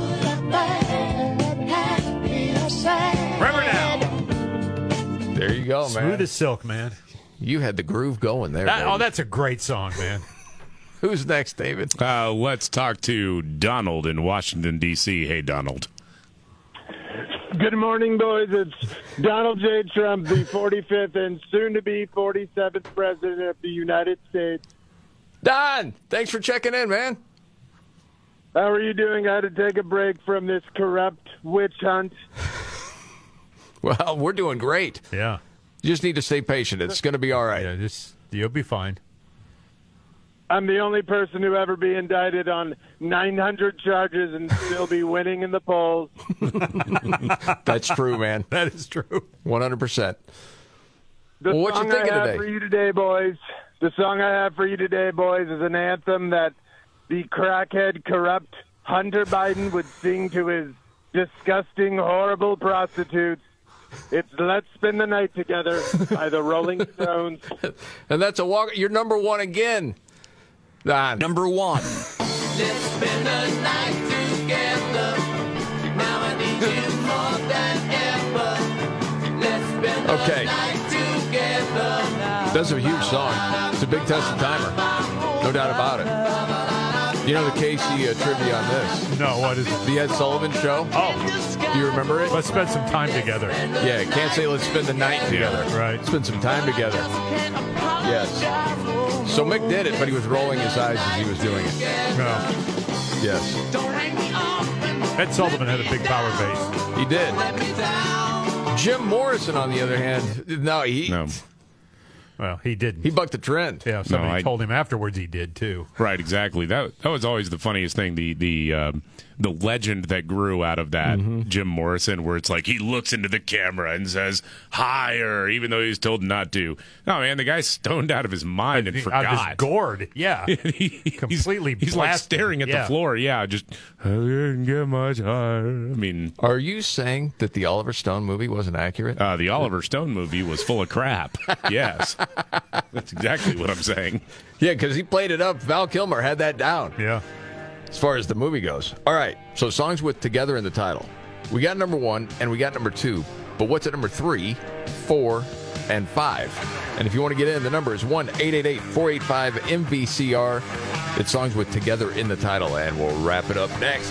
bad, happy or sad. There you go, man. Smooth as silk, man. You had the groove going there. That- oh, baby. that's a great song, man. Who's next, David? Uh, let's talk to Donald in Washington D.C. Hey, Donald. Good morning, boys. It's Donald J. Trump, the 45th and soon to be 47th president of the United States. Don, thanks for checking in, man. How are you doing? I had to take a break from this corrupt witch hunt. Well, we're doing great. Yeah. You just need to stay patient. It's going to be all right. Yeah, just you'll be *laughs* fine. I'm the only person to ever be indicted on 900 charges and still be winning in the polls. That's true, man. *laughs* that is true. 100%. The Well, what you song thinking I have today? for you today, boys. The song I have for you today, boys, is an anthem that the crackhead, corrupt Hunter Biden would sing to his disgusting, horrible prostitutes It's Let's Spend the Night Together by the *laughs* Rolling Stones. And that's a walk. You're number one again. Ah. Number one. Let's spend the night together. Now I need you more than ever. Let's spend Okay. the night together. That's a huge song. It's a big test of timer. No doubt about it. You know the KC uh, trivia on this? No, what is it? The Ed Sullivan Show. Oh. Do you remember it? Let's spend some time together. Yeah, can't say let's spend the night together. right. Spend some time together. Yes. So Mick did it, but he was rolling his eyes as he was doing it. Yes. Ed Sullivan had a big power base. He did. Jim Morrison, on the other hand, no, he. No. Well, he didn't. He bucked the trend. Yeah, somebody told him afterwards he did too. Right, exactly. That that was always the funniest thing. The the um, the legend that grew out of that Mm-hmm. Jim Morrison, where it's like he looks into the camera and says higher, even though he was told not to. No, man, the guy's stoned out of his mind and Out forgot. of his gourd. Yeah. Completely He's like blasted. staring at Yeah. the floor. Yeah, just I didn't get much higher. I mean, are you saying that the Oliver Stone movie wasn't accurate? Uh, the Oliver Stone movie was full of crap. *laughs* yes, that's exactly what I'm saying. Yeah, because he played it up. Val Kilmer had that down. Yeah. As far as the movie goes. All right. So songs with together in the title. We got number one and we got number two. But what's at number three, four, and five? And if you want to get in, the number is 1 888 485 MVCR. It's songs with together in the title. And we'll wrap it up next.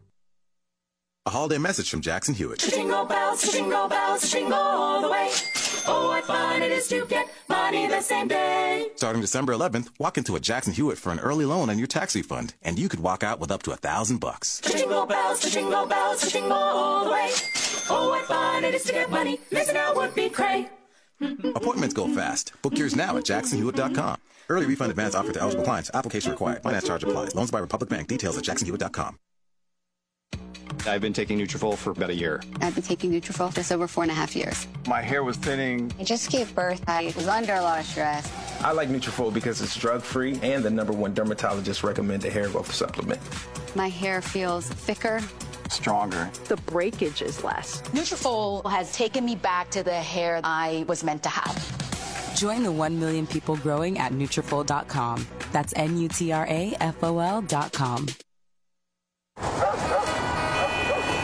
A holiday message from Jackson Hewitt. Jingle bells, jingle bells, jingle all the way. Oh, what fun it is to get money the same day. Starting December 11th, walk into a Jackson Hewitt for an early loan on your tax refund, and you could walk out with up to a thousand bucks. Jingle bells, jingle bells, jingle all the way. Oh, what fun it is to get money. Missing out would be great. Appointments go fast. Book yours now at jacksonhewitt.com. Early refund advance offered to eligible clients. Application required. Finance charge applies. Loans by Republic Bank. Details at jacksonhewitt.com. I've been taking Nutrafol for about a year. I've been taking Nutrafol for just over four and a half years. My hair was thinning. I just gave birth. I was under a lot of stress. I like Nutrafol because it's drug-free and the number one dermatologist recommended hair growth supplement. My hair feels thicker. Stronger. The breakage is less. Nutrafol has taken me back to the hair I was meant to have. Join the 1 million people growing at Nutrafol.com. That's N-U-T-R-A-F-O-L.com.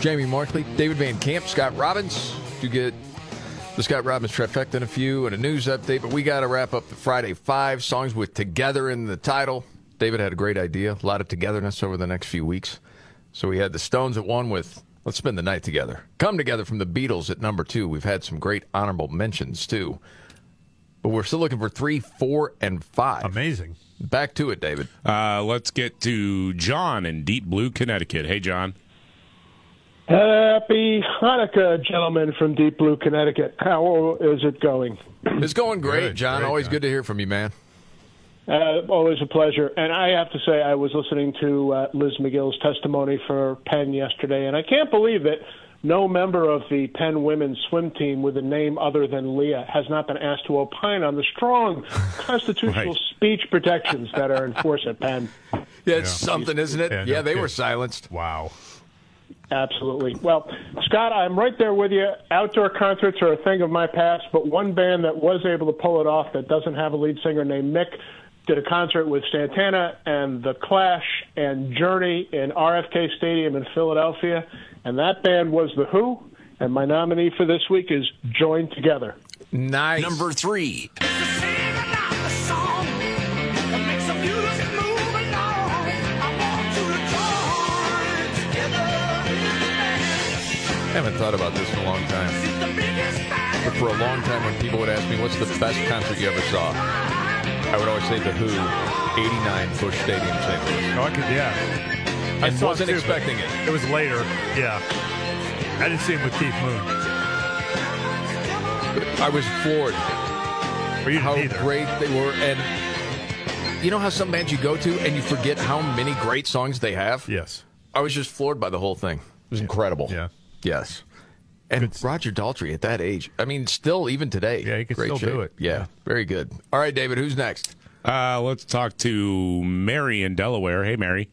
Jamie Markley, David Van Camp, Scott Robbins. You get the Scott Robbins trifecta in a few and a news update, but we got to wrap up the Friday Five songs with Together in the title. David had a great idea, a lot of togetherness over the next few weeks. So we had the Stones at one with Let's Spend the Night Together. Come Together from the Beatles at number two. We've had some great honorable mentions too. But we're still looking for three, four, and five. Amazing. Back to it, David. Uh, let's get to John in Deep Blue, Connecticut. Hey, John. Happy Hanukkah, gentlemen from Deep Blue, Connecticut. How is it going? It's going great, John. Always good to hear from you, man. Uh, always a pleasure. And I have to say, I was listening to uh, Liz McGill's testimony for Penn yesterday, and I can't believe it. No member of the Penn women's swim team with a name other than Leah has not been asked to opine on the strong constitutional speech protections that are enforced at Penn. Yeah, it's something, isn't it? uh, Yeah, they were silenced. Wow. Absolutely. Well, Scott, I'm right there with you. Outdoor concerts are a thing of my past, but one band that was able to pull it off that doesn't have a lead singer named Mick did a concert with Santana and The Clash and Journey in RFK Stadium in Philadelphia, and that band was The Who. And my nominee for this week is Join Together. Nice. Number three. I haven't thought about this in a long time. But for a long time, when people would ask me, what's the best concert you ever saw? I would always say The Who, 89 Bush Stadium, St. Louis. Oh, I could, yeah. I, saw wasn't too, but expecting it. It was later. Yeah. I didn't see him with Keith Moon. I was floored. how great they were, and you know how some bands you go to and you forget how many great songs they have. Yes, I was just floored by the whole thing. It was incredible. Yeah. Yes. And Roger Daltrey at that age, I mean, still even today, yeah, he could still do it. Yeah, very good. All right, David, who's next? Uh, let's talk to Mary in Delaware. Hey, Mary.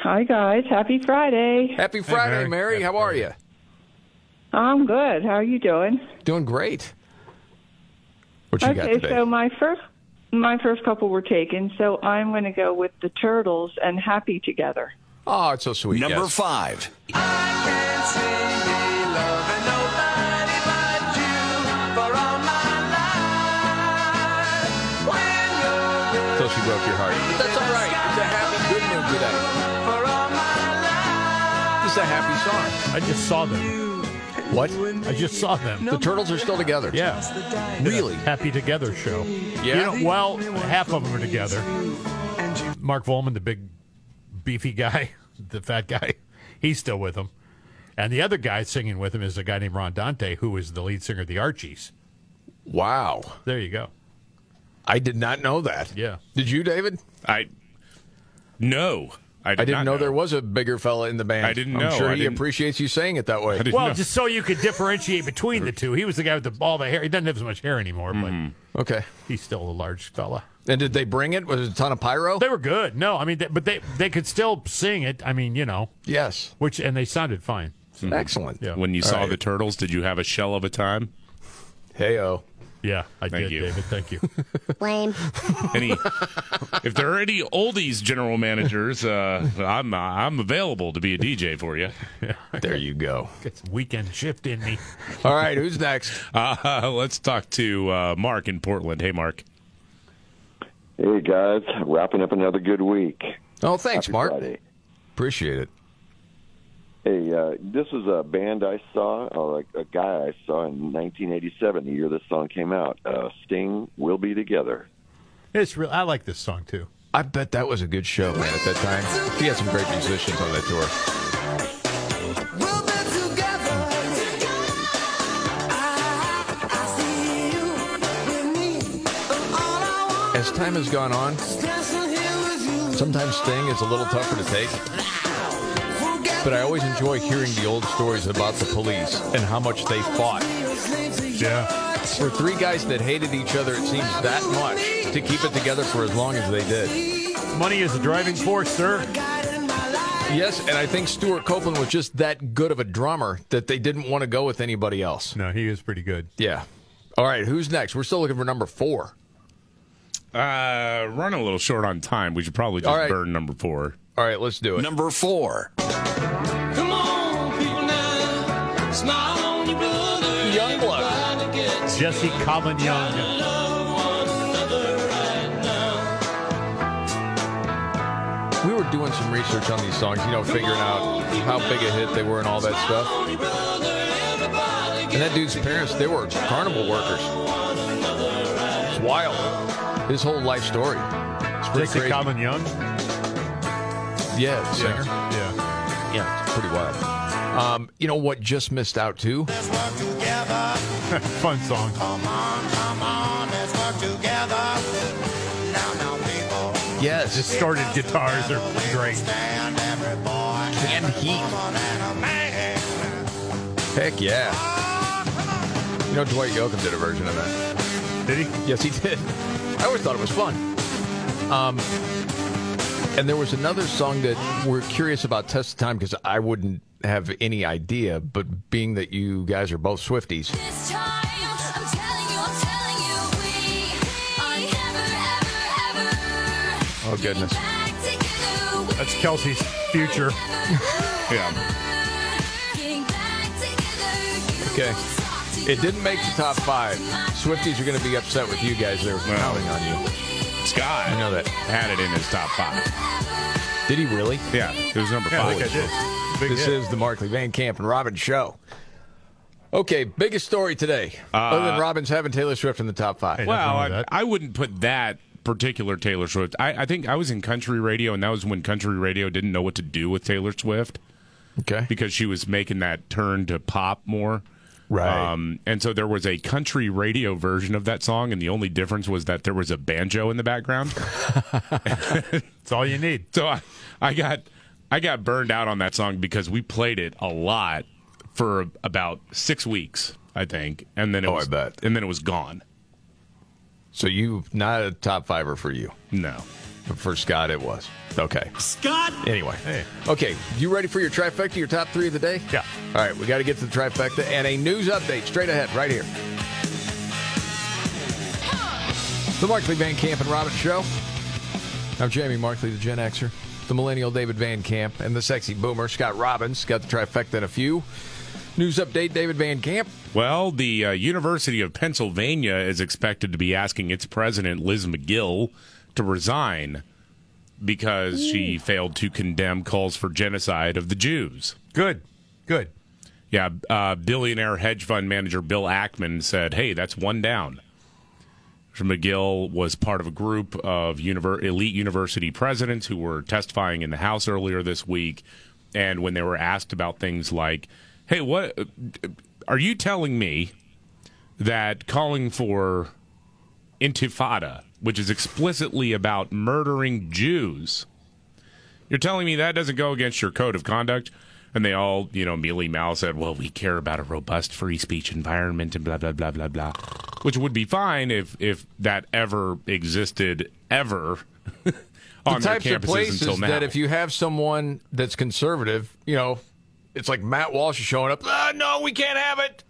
Hi guys, happy Friday. Happy Friday, Mary. How are you? I'm good. How are you doing? Doing great. What you okay, got today? so my first my first couple were taken, so I'm going to go with the Turtles and Happy Together. *laughs* oh, it's so sweet. Number yes. five. So she broke your heart. But that's all right. It's a happy, good mood today. It's a happy song. I just saw them. What? I just saw them. The Turtles are still together. Yeah. Really? Happy Together show. Yeah? You know, well, half of them are together. Mark Volman, the big beefy guy, *laughs* the fat guy, *laughs* he's still with them. And the other guy singing with him is a guy named Ron Dante, who is the lead singer of the Archies. Wow. There you go. I did not know that. Yeah. Did you, David? I no. I, did didn't not know, know. there was a bigger fella in the band. I didn't I'm know. sure I he didn't- appreciates you saying it that way. Well, just so you could differentiate between the two. He was the guy with the, all the hair. He doesn't have as much hair anymore, Mm. but okay, he's still a large fella. And did they bring it? Was it a ton of pyro? They were good. No, I mean, they, but they they could still sing it. I mean, you know. Yes. Which and they sounded fine. Excellent. Yeah. When you All saw right. the turtles, did you have a shell of a time? Heyo. Yeah, I Thank did, you. David. Thank you. Lame. *laughs* Any, if there are any oldies general managers, uh, I'm I'm available to be a DJ for *laughs* you. There you go. Get some weekend shift in me. All right, who's next? Uh, *laughs* let's talk to uh, Mark in Portland. Hey, Mark. Hey guys, wrapping up another good week. Oh, thanks, Happy Mark. Friday. Appreciate it. Hey, uh, this is a band I saw, or a, a guy I saw in 1987, the year this song came out. Uh, Sting, We'll Be Together. *laughs* It's real. I like this song too. I bet that was a good show, man. At that time, he had some great musicians on that tour. As time has gone on, sometimes Sting is a little tougher to take. But I always enjoy hearing the old stories about the police and how much they fought. Yeah. For three guys that hated each other, it seems that much to keep it together for as long as they did. Money is a driving force, sir. Yes, and I think Stuart Copeland was just that good of a drummer that they didn't want to go with anybody else. No, he is pretty good. Yeah. All right, who's next? We're still looking for number four. Uh, running a little short on time. We should probably just All right. burn number four. All right, let's do it. Number four. Come on, people now, smile on your brother. Young blood. Jesse Common Young. We were doing some research on these songs, you know, figuring out how big a hit they were and all that stuff. And that dude's parents, they were carnival workers. It's wild. His whole life story. It's pretty Jesse crazy. Common Young. Yeah, the singer. Yeah. Yeah. it's pretty wild. Um, you know what just missed out too? *laughs* Fun song. Yes. Distorted guitars are great. Canned heat. Heck yeah. You know, Dwight Yoakam did a version of that. Did he? Yes, he did. I always thought it was fun. Um, and there was another song that we're curious about Test the Time because I wouldn't have any idea, but being that you guys are both Swifties, I'm telling you, I'm telling you, we are never, ever, goodness. That's Kelsey's *laughs* future. Yeah. Okay. It didn't make the top five. Swifties are going to be upset with you guys. They were counting on you. Scott, I know that had it in his top five. Did he really? Yeah, it was number Yeah, I five. think I This is the Markley Van Camp and Robin show. Okay, biggest story today, Uh, other than Robin's having Taylor Swift in the top five. well, I, I wouldn't put that particular Taylor Swift. I, I think I was in country radio, and that was when country radio didn't know what to do with Taylor Swift. Okay. Because she was making that turn to pop more. Right. Um, and so there was a country radio version of that song, and the only difference was that there was a banjo in the *laughs* background. It's all you need. So I, I got I got burned out on that song because we played it a lot for about six weeks, I think, and then it Oh, I was, bet. and then it was gone. so you not a top fiver for you? No. But for Scott, it was okay. Scott. Anyway, okay. You ready for your trifecta? Your top three of the day? Yeah. All right, we got to get to the trifecta and a news update straight ahead, right here. The Markley Van Camp and Robin Show. I'm Jamie Markley, the Gen Xer, the Millennial David Van Camp, and the Sexy Boomer Scott Robbins. Got the trifecta in a few. News update: David Van Camp. Well, the uh, University of Pennsylvania is expected to be asking its president, Liz McGill, to resign because she failed to condemn calls for genocide of the Jews. Good, good. Yeah, uh, billionaire hedge fund manager Bill Ackman said, "Hey, that's one down." So McGill was part of a group of univer- elite university presidents who were testifying in the House earlier this week, and when they were asked about things like, "Hey, what are you telling me that calling for intifada, which is explicitly about murdering Jews, you're telling me that doesn't go against your code of conduct? And they all, you know, mealy mouthed said, well, we care about a robust free speech environment and blah, blah, blah, blah, blah, which would be fine if, if that ever existed ever *laughs* on the types their campuses of places until now. that if you have someone that's conservative, you know, it's like Matt Walsh is showing up. "Ah, no, we can't have it.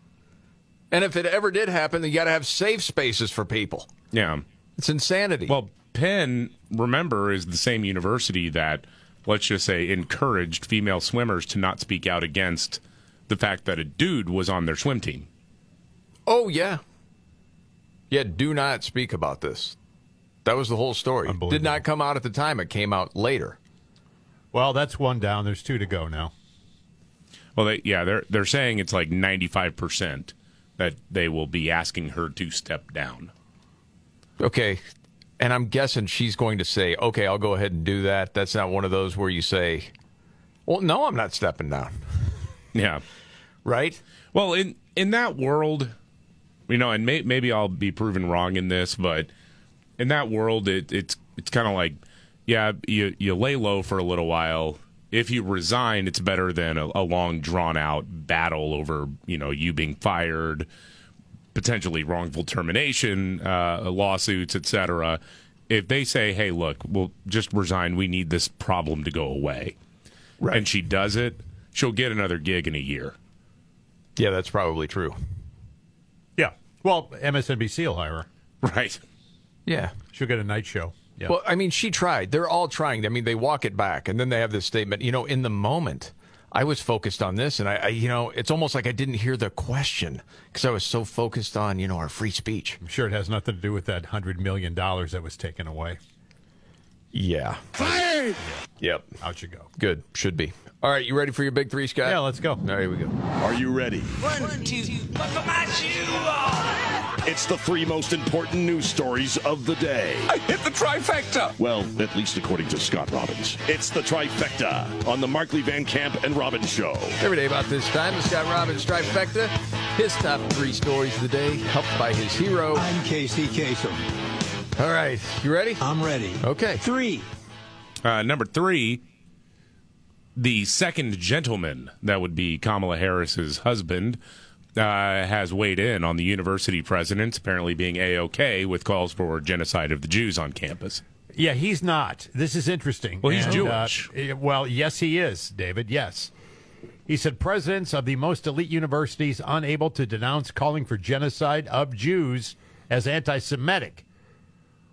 And if it ever did happen, then you got to have safe spaces for people. Yeah. It's insanity. Well, Penn, remember, is the same university that, let's just say, encouraged female swimmers to not speak out against the fact that a dude was on their swim team. Oh yeah, yeah. Do not speak about this. That was the whole story. Did not come out at the time. It came out later. Well, that's one down. There's two to go now. Well, they, yeah, they're they're saying it's like 95% that they will be asking her to step down. Okay. And I'm guessing she's going to say, okay, I'll go ahead and do that. That's not one of those where you say, well, no, I'm not stepping down. Yeah. Right? Well, in in that world, you know, and may, maybe I'll be proven wrong in this, but in that world, it, it's it's kind of like, yeah, you you lay low for a little while. If you resign, it's better than a, a long drawn out battle over you know you being fired, potentially wrongful termination uh, lawsuits, etc. If they say, "Hey, look, we'll just resign. We need this problem to go away," right. and she does it, she'll get another gig in a year. Yeah, that's probably true. Yeah. Well, MSNBC will hire her. Right. Yeah. She'll get a night show. Yeah. Well, I mean, she tried. They're all trying. I mean, they walk it back, and then they have this statement. You know, in the moment, I was focused on this, and I, I you know, it's almost like I didn't hear the question because I was so focused on, you know, our free speech. I'm sure it has nothing to do with that $100 million that was taken away. Yeah. Fired! Yep. Out you go. Good. Should be. All right. You ready for your big three, Scott? Yeah, let's go. All right, here we go. Are you ready? One, two, but for my shoe on. It's the three most important news stories of the day. I hit the trifecta. Well, at least according to Scott Robbins. It's the trifecta on the Markley Van Camp and Robbins show. Every day about this time, it's Scott Robbins trifecta. His top three stories of the day, helped by his hero. I'm Casey Kasem. All right, you ready? I'm ready. Okay. Three. Uh, number three, the second gentleman, that would be Kamala Harris's husband, uh, has weighed in on the university presidents apparently being a okay with calls for genocide of the Jews on campus. Yeah, he's not. This is interesting. Well, he's uh, eh, well, yes, he is, David. Yes. He said presidents of the most elite universities unable to denounce calling for genocide of Jews as anti Semitic.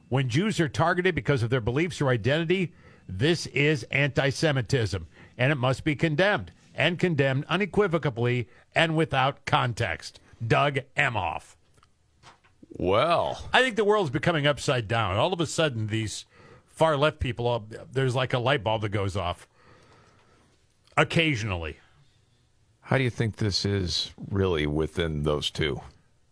When Jews are targeted because of their beliefs or identity, this is anti Semitism, and it must be condemned, and condemned unequivocally and without context. Doug Emhoff. Well, I think the world's becoming upside down. All of a sudden, these far left people, uh, there's like a light bulb that goes off occasionally. How do you think this is really within those two?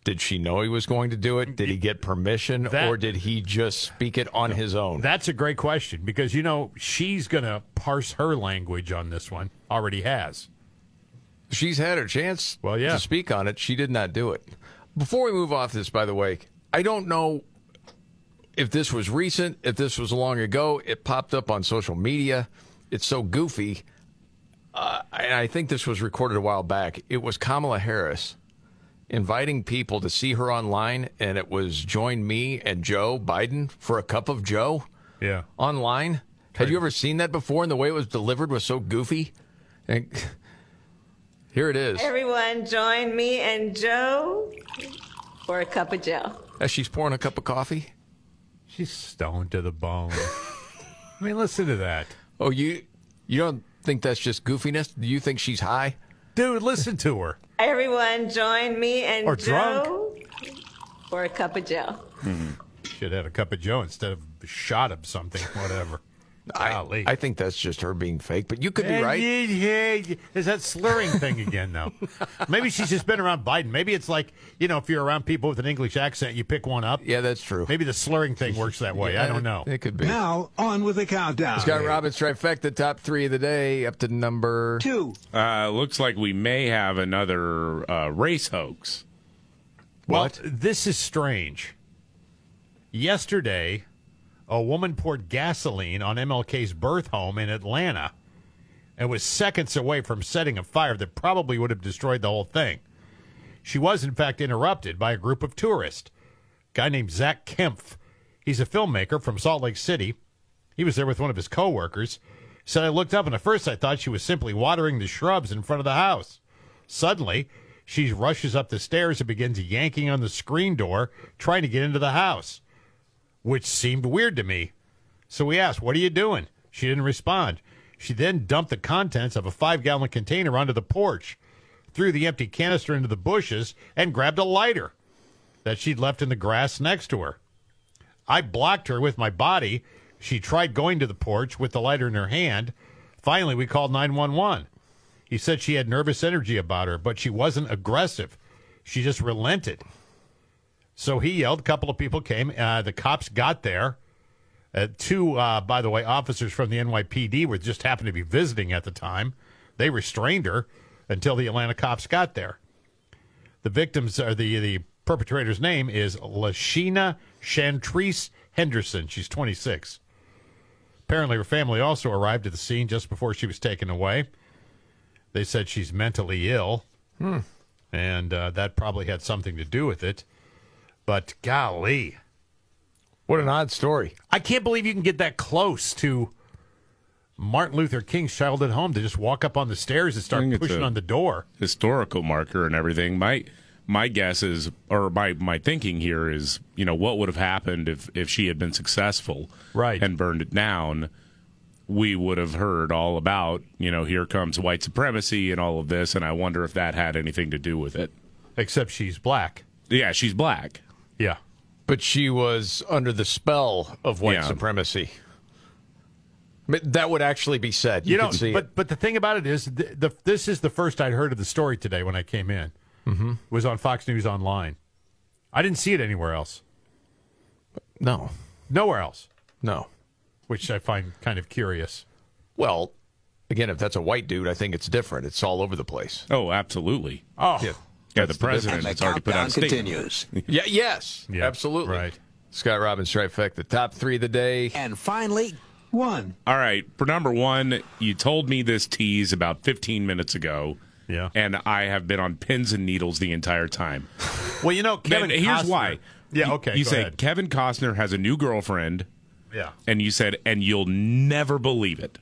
Did she know he was going to do it? Did he get permission, That- or did he just speak it on his own? That's a great question because, you know, she's going to parse her language on this one, already has. *laughs* She's had her chance well, yeah. to speak on it. She did not do it. Before we move off this, by the way, I don't know if this was recent, if this was long ago. It popped up on social media. It's so goofy. Uh, and I think this was recorded a while back. It was Kamala Harris inviting people to see her online, and it was join me and Joe Biden for a cup of Joe. Yeah. Online. Had you ever seen that before? And the way it was delivered was so goofy. And *laughs* here it is. Everyone, join me and Joe for a cup of Joe. As she's pouring a cup of coffee. She's stoned to the bone. I mean, listen to that. Oh, you you don't think that's just goofiness? Do you think she's high? Dude, listen to her. Everyone, join me and Or drunk. Joe for a cup of Joe. Mm-hmm. Should have had a cup of Joe instead of a shot of something, whatever. I, I think that's just her being fake, but you could be right. Is that slurring thing again, *laughs* though? Maybe she's just been around Biden. Maybe it's like, you know, if you're around people with an English accent, you pick one up. Yeah, that's true. Maybe the slurring thing works that way. I Yeah, don't know. It could be. Now, on with the countdown. Scott Robbins trifecta, top three of the day, up to number two. Uh, looks like we may have another uh, race hoax. What? Well, this is strange. Yesterday, a woman poured gasoline on MLK's birth home in Atlanta and was seconds away from setting a fire that probably would have destroyed the whole thing. She was, in fact, interrupted by a group of tourists. A guy named Zach Kempf. He's a filmmaker from Salt Lake City. He was there with one of his coworkers. Said I looked up and at first I thought she was simply watering the shrubs in front of the house. Suddenly, she rushes up the stairs and begins yanking on the screen door, trying to get into the house, which seemed weird to me. So we asked, What are you doing? She didn't respond. She then dumped the contents of a five gallon container onto the porch, threw the empty canister into the bushes, and grabbed a lighter that she'd left in the grass next to her. I blocked her with my body. She tried going to the porch with the lighter in her hand. Finally, we called 911. He said she had nervous energy about her, but she wasn't aggressive. She just relented. So he yelled. A couple of people came. Uh, the cops got there. Uh, two, uh, by the way, officers from the NYPD were just happened to be visiting at the time. They restrained her until the Atlanta cops got there. The victim's or the the perpetrator's name is Lashina Chantrice Henderson. She's 26. Apparently, her family also arrived at the scene just before she was taken away. They said she's mentally ill, Hmm. and uh, that probably had something to do with it. But golly, what an odd story! I can't believe you can get that close to Martin Luther King's childhood home to just walk up on the stairs and start think it's pushing a- on the door. Historical marker and everything. My my guess is, or my my thinking here is, you know, what would have happened if if she had been successful, Right. and burned it down. We would have heard all about, you know, here comes white supremacy and all of this, and I wonder if that had anything to do with it. Except she's black. Yeah, she's black. Yeah. But she was under the spell of white Yeah. supremacy. But that would actually be said. You, You could don't. see but it. but the thing about it is, th the, this is the first I'd heard of the story today when I came in. Mhm. Was on Fox News Online. I didn't see it anywhere else. No, nowhere else. No, which I find kind of curious. Well, again, if that's a white dude, I think it's different. It's all over the place. Oh, absolutely. Oh, yeah. Yeah, the president difference. has already put out a statement. *laughs* yeah, yes, absolutely. Right. Scott Robbins trifecta, the top three of the day, and finally one. All right, for number one, you told me this tease about 15 minutes ago. Yeah. And I have been on pins and needles the entire time. *laughs* Well, you know, Kevin. Then here's Costner- why. Yeah. You- Okay. You go say ahead. Kevin Costner has a new girlfriend, Yeah. and you said, and you'll never believe it.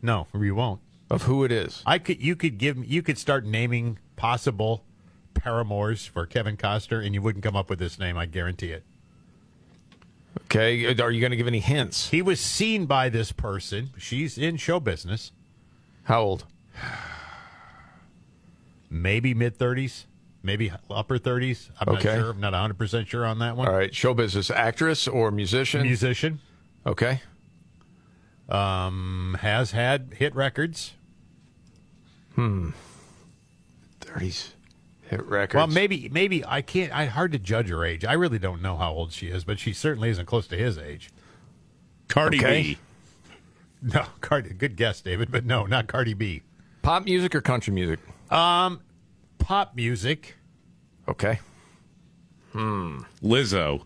No, you won't. Of who it is? I could. You could give. You could start naming possible paramours for Kevin Costner, and you wouldn't come up with this name. I guarantee it. Okay. Are you going to give any hints? He was seen by this person. She's in show business. How old? Maybe mid 30s, maybe upper 30s. I'm Okay. not sure. I'm not 100% sure on that one. All right. Show business actress or musician? Musician. Okay. Um, has had hit records. Hmm. 30s hit records. Well, maybe, maybe I can't. I hard to judge her age. I really don't know how old she is, but she certainly isn't close to his age. Cardi Okay. B. *laughs* No, Cardi. Good guess, David, but no, not Cardi B. Pop music or country music? Um, pop music. Okay. Hmm. Lizzo.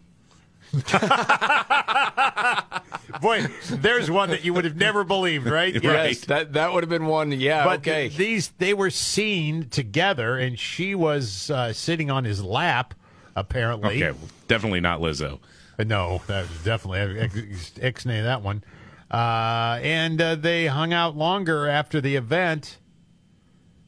Boy, there's one that you would have never believed, right? *laughs* Yes, that that would have been one. Yeah, But okay. th- these they were seen together, and she was uh, sitting on his lap, apparently. Okay, well, definitely not Lizzo. Uh, No, that was definitely ex- ex- ex-nay that one. Uh, and uh, they hung out longer after the event.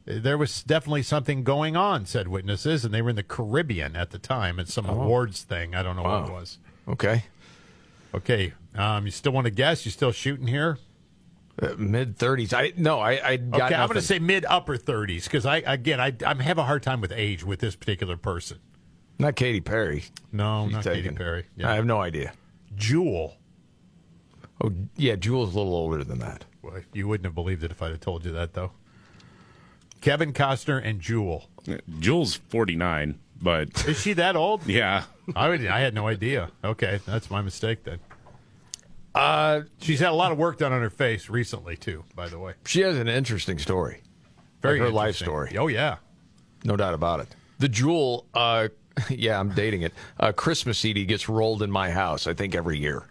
There was definitely something going on, said witnesses, and they were in the Caribbean at the time at some awards thing. I don't know what it Oh. Wow. was. okay. Okay, um, you still want to guess? You still shooting here? Uh, mid 30s. I no, I I got okay, I'm going nothing. to say mid upper 30s because I again I I'm have a hard time with age with this particular person. not Katy Perry. No, not Katy Perry. I have no idea. Jewel. Oh yeah, Jewel's a little older than that. Boy, you wouldn't have believed it if I'd have told you that though. Kevin Costner and Jewel. Jules 49, but Is she that *laughs* old? yeah. I would, I had no idea. Okay, that's my mistake then. Uh, she's had a lot of work done on her face recently too. By the way, She has an interesting story. Very Like her life interesting. story. Oh yeah, no doubt about it. The Jewel. *laughs* Uh, yeah, I'm dating it. A Christmas CD gets rolled in my house. I think every year.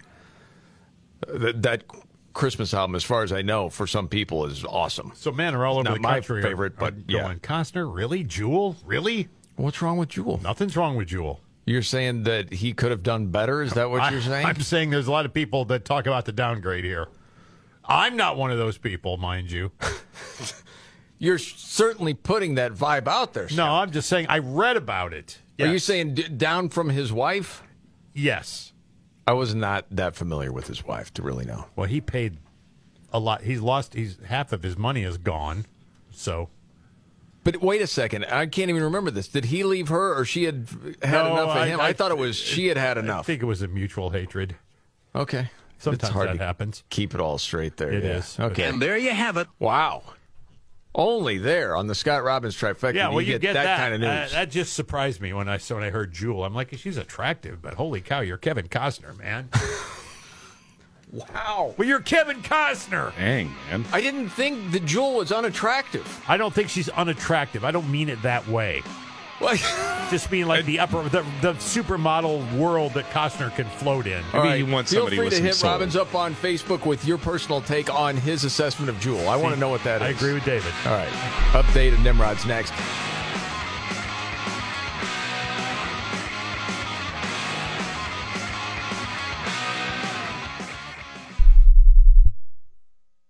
Uh, That, that Christmas album, as far as I know, for some people is awesome. so men are all over Not the my country. are- favorite, are but yeah. going, Costner really Jewel really. What's wrong with Jewel? Nothing's wrong with Jewel. You're saying that he could have done better? Is that what I- you're saying? I'm saying there's a lot of people that talk about the downgrade here. I'm not one of those people, mind you. *laughs* You're certainly putting that vibe out there. No, I'm just saying I read about it. Are you Yes. saying d- down from his wife? Yes. I was not that familiar with his wife to really know. Well, he paid a lot. He's lost. He's half of his money is gone. So But wait a second. I can't even remember this. Did he leave her or she had had No, enough of him? I, thought it was she had had I enough. think it was a mutual hatred. Okay. Sometimes it's hard that to happens. Keep it all straight there. It It is. is. Okay. And there you have it. Wow. Only there on the Scott Robbins trifecta. Yeah, do well, you, get, that, kind of Uh, news. that just surprised me when I saw when I heard Jewel. I'm like, she's attractive, but holy cow, you're Kevin Costner, man. *laughs* wow. Well, you're Kevin Costner. Dang, man. I didn't think the jewel was unattractive. I don't think she's unattractive. I don't mean it that way. What? *laughs* Just mean like the upper, the, the supermodel world that Costner can float in. All right. Feel free to hit Robbins up on Facebook with your personal take on his assessment of Jewel. I want to know what that is. I agree with David. All right. Update of Nimrod's next.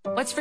What's for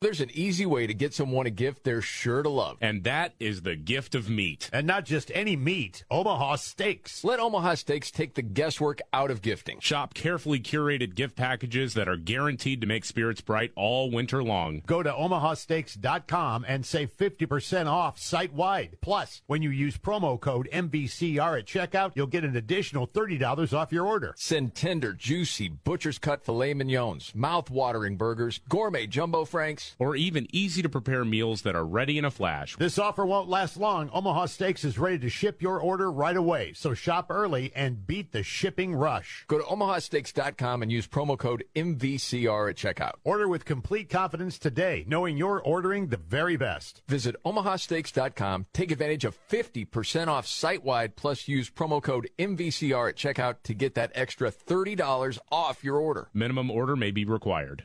There's an easy way to get someone a gift they're sure to love. And that is the gift of meat. And not just any meat, Omaha steaks. Let Omaha Steaks take the guesswork out of gifting. Shop carefully curated gift packages that are guaranteed to make spirits bright all winter long. Go to omahasteaks.com and save 50% off site wide. Plus, when you use promo code MVCR at checkout, you'll get an additional $30 off your order. Send tender, juicy, butcher's cut filet mignons, mouth-watering burgers, gourmet jumbo franks, Yes. or even easy to prepare meals that are ready in a flash. This offer won't last long. Omaha Steaks is ready to ship your order right away. So shop early and beat the shipping rush. Go to omahasteaks.com and use promo code MVCR at checkout. Order with complete confidence today, knowing you're ordering the very best. Visit omahasteaks.com, take advantage of 50% off site wide, plus use promo code MVCR at checkout to get that extra $30 off your order. Minimum order may be required.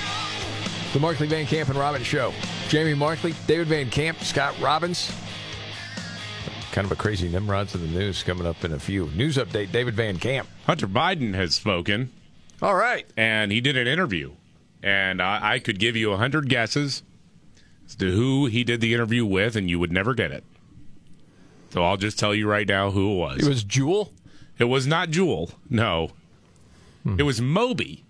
The Markley Van Camp and Robbins Show. Jamie Markley, David Van Camp, Scott Robbins. Kind of a crazy Nimrods of the News coming up in a few. News update David Van Camp. Hunter Biden has spoken. All right. And he did an interview. And I, I could give you a 100 guesses as to who he did the interview with, and you would never get it. So I'll just tell you right now who it was. It was Jewel? It was not Jewel. No. Hmm. It was Moby.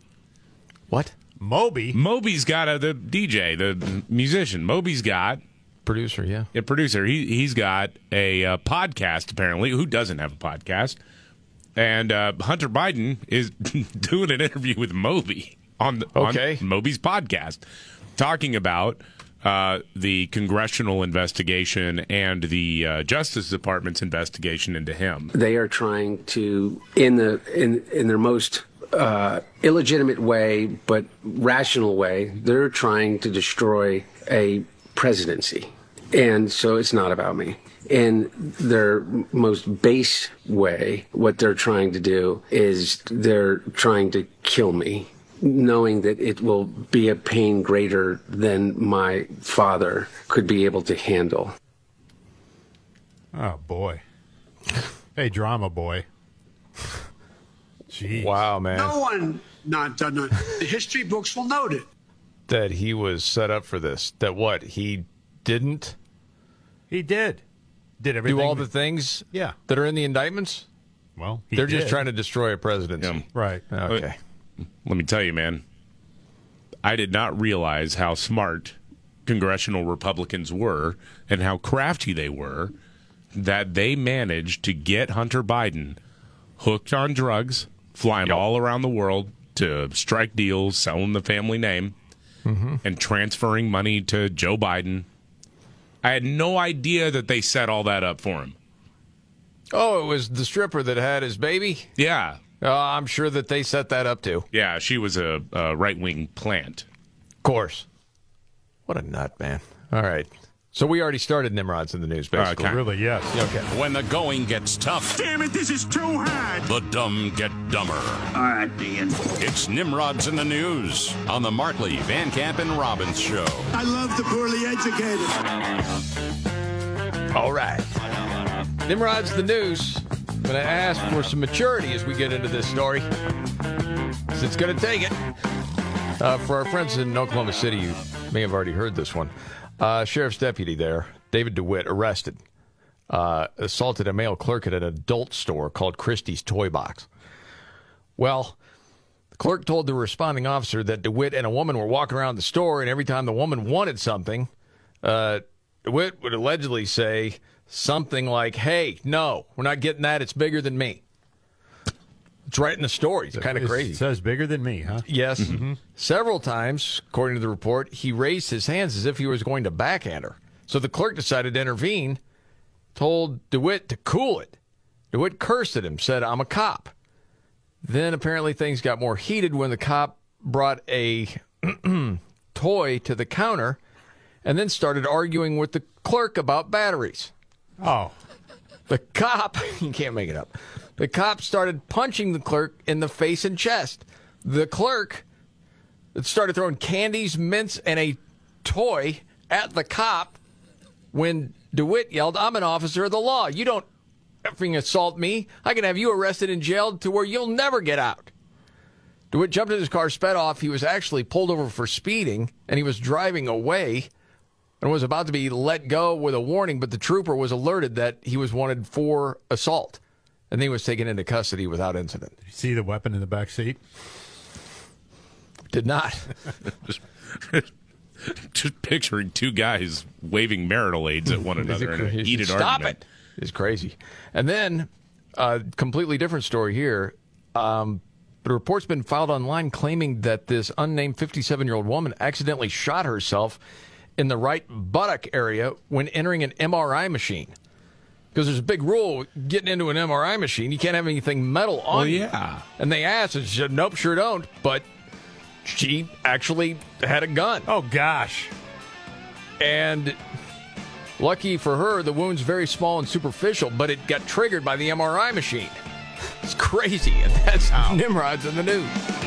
What? Moby? Moby's got a, the DJ, the musician. Moby's got. Producer, yeah. A producer. He, he's got a uh, podcast, apparently. Who doesn't have a podcast? And uh, Hunter Biden is *laughs* doing an interview with Moby on, the, Okay. on Moby's podcast, talking about uh, the congressional investigation and the uh, Justice Department's investigation into him. They are trying to, in the in in their most uh, illegitimate way, but rational way, they're trying to destroy a presidency, and so it's not about me. In their most base way, what they're trying to do is they're trying to kill me, knowing that it will be a pain greater than my father could be able to handle. Oh, boy. Hey, drama boy. Jeez. Wow, man. No one not done it. The history books will note it. That he was set up for this. That what? He didn't He did. Did everything. do all the things Yeah. that are in the indictments? Well, They're just trying to destroy a presidency. Right. Okay. Let me tell you, man, I did not realize how smart congressional Republicans were and how crafty they were that they managed to get Hunter Biden hooked on drugs, flying all around the world to strike deals, selling the family name, and transferring money to Joe Biden. I had no idea that they set all that up for him. Oh, it was the stripper that had his baby? Yeah. Uh, I'm sure that they set that up too. Yeah, she was a, a right wing plant. Of course. What a nut, man. All right. So we already started Nimrods in the news, basically. Okay. Really, yes. Okay. When the going gets tough. Damn it, this is too hard. The dumb get dumber. All right, Dean. It's Nimrods in the News on the Martley, Van Camp, and Robbins show. I love the poorly educated. All right. Nimrod's the news. I'm going to ask for some maturity as we get into this story. 'Cause It's going to take it. Uh, for our friends in Oklahoma City, you may have already heard this one. Uh, sheriff's deputy there, David DeWitt, arrested, uh, assaulted a male clerk at an adult store called Christie's Toy Box. Well, the clerk told the responding officer that DeWitt and a woman were walking around the store, and every time the woman wanted something, uh, DeWitt would allegedly say something like, Hey, no, we're not getting that. It's bigger than me. It's right in the story. It's kind of It crazy. says bigger than me, huh? Yes. Mm-hmm. Several times, according to the report, he raised his hands as if he was going to backhand her. So the clerk decided to intervene, told DeWitt to cool it. DeWitt cursed at him, said, I'm a cop. Then apparently things got more heated when the cop brought a *clears throat* toy to the counter and then started arguing with the clerk about batteries. Oh. The cop, *laughs* you can't make it up. The cop started punching the clerk in the face and chest. The clerk started throwing candies, mints, and a toy at the cop when DeWitt yelled, I'm an officer of the law. You don't effing assault me. I can have you arrested and jailed to where you'll never get out. DeWitt jumped in his car, sped off. He was actually pulled over for speeding, and he was driving away and was about to be let go with a warning, but the trooper was alerted that he was wanted for assault. And then he was taken into custody without incident. Did you see the weapon in the back seat? Did not. *laughs* just, *laughs* just picturing two guys waving marital aids *laughs* at one another in a heated Stop argument. it! It's crazy. And then, uh, completely different story here. Um, the report's been filed online claiming that this unnamed 57 year old woman accidentally shot herself in the right buttock area when entering an MRI machine. Because there's a big rule getting into an MRI machine, you can't have anything metal on Well, you. yeah. And they asked, and she said, nope, sure don't. But she actually had a gun. Oh, gosh. And lucky for her, the wound's very small and superficial, but it *laughs* got triggered by the MRI machine. It's crazy. And that's Nimrod's in the news.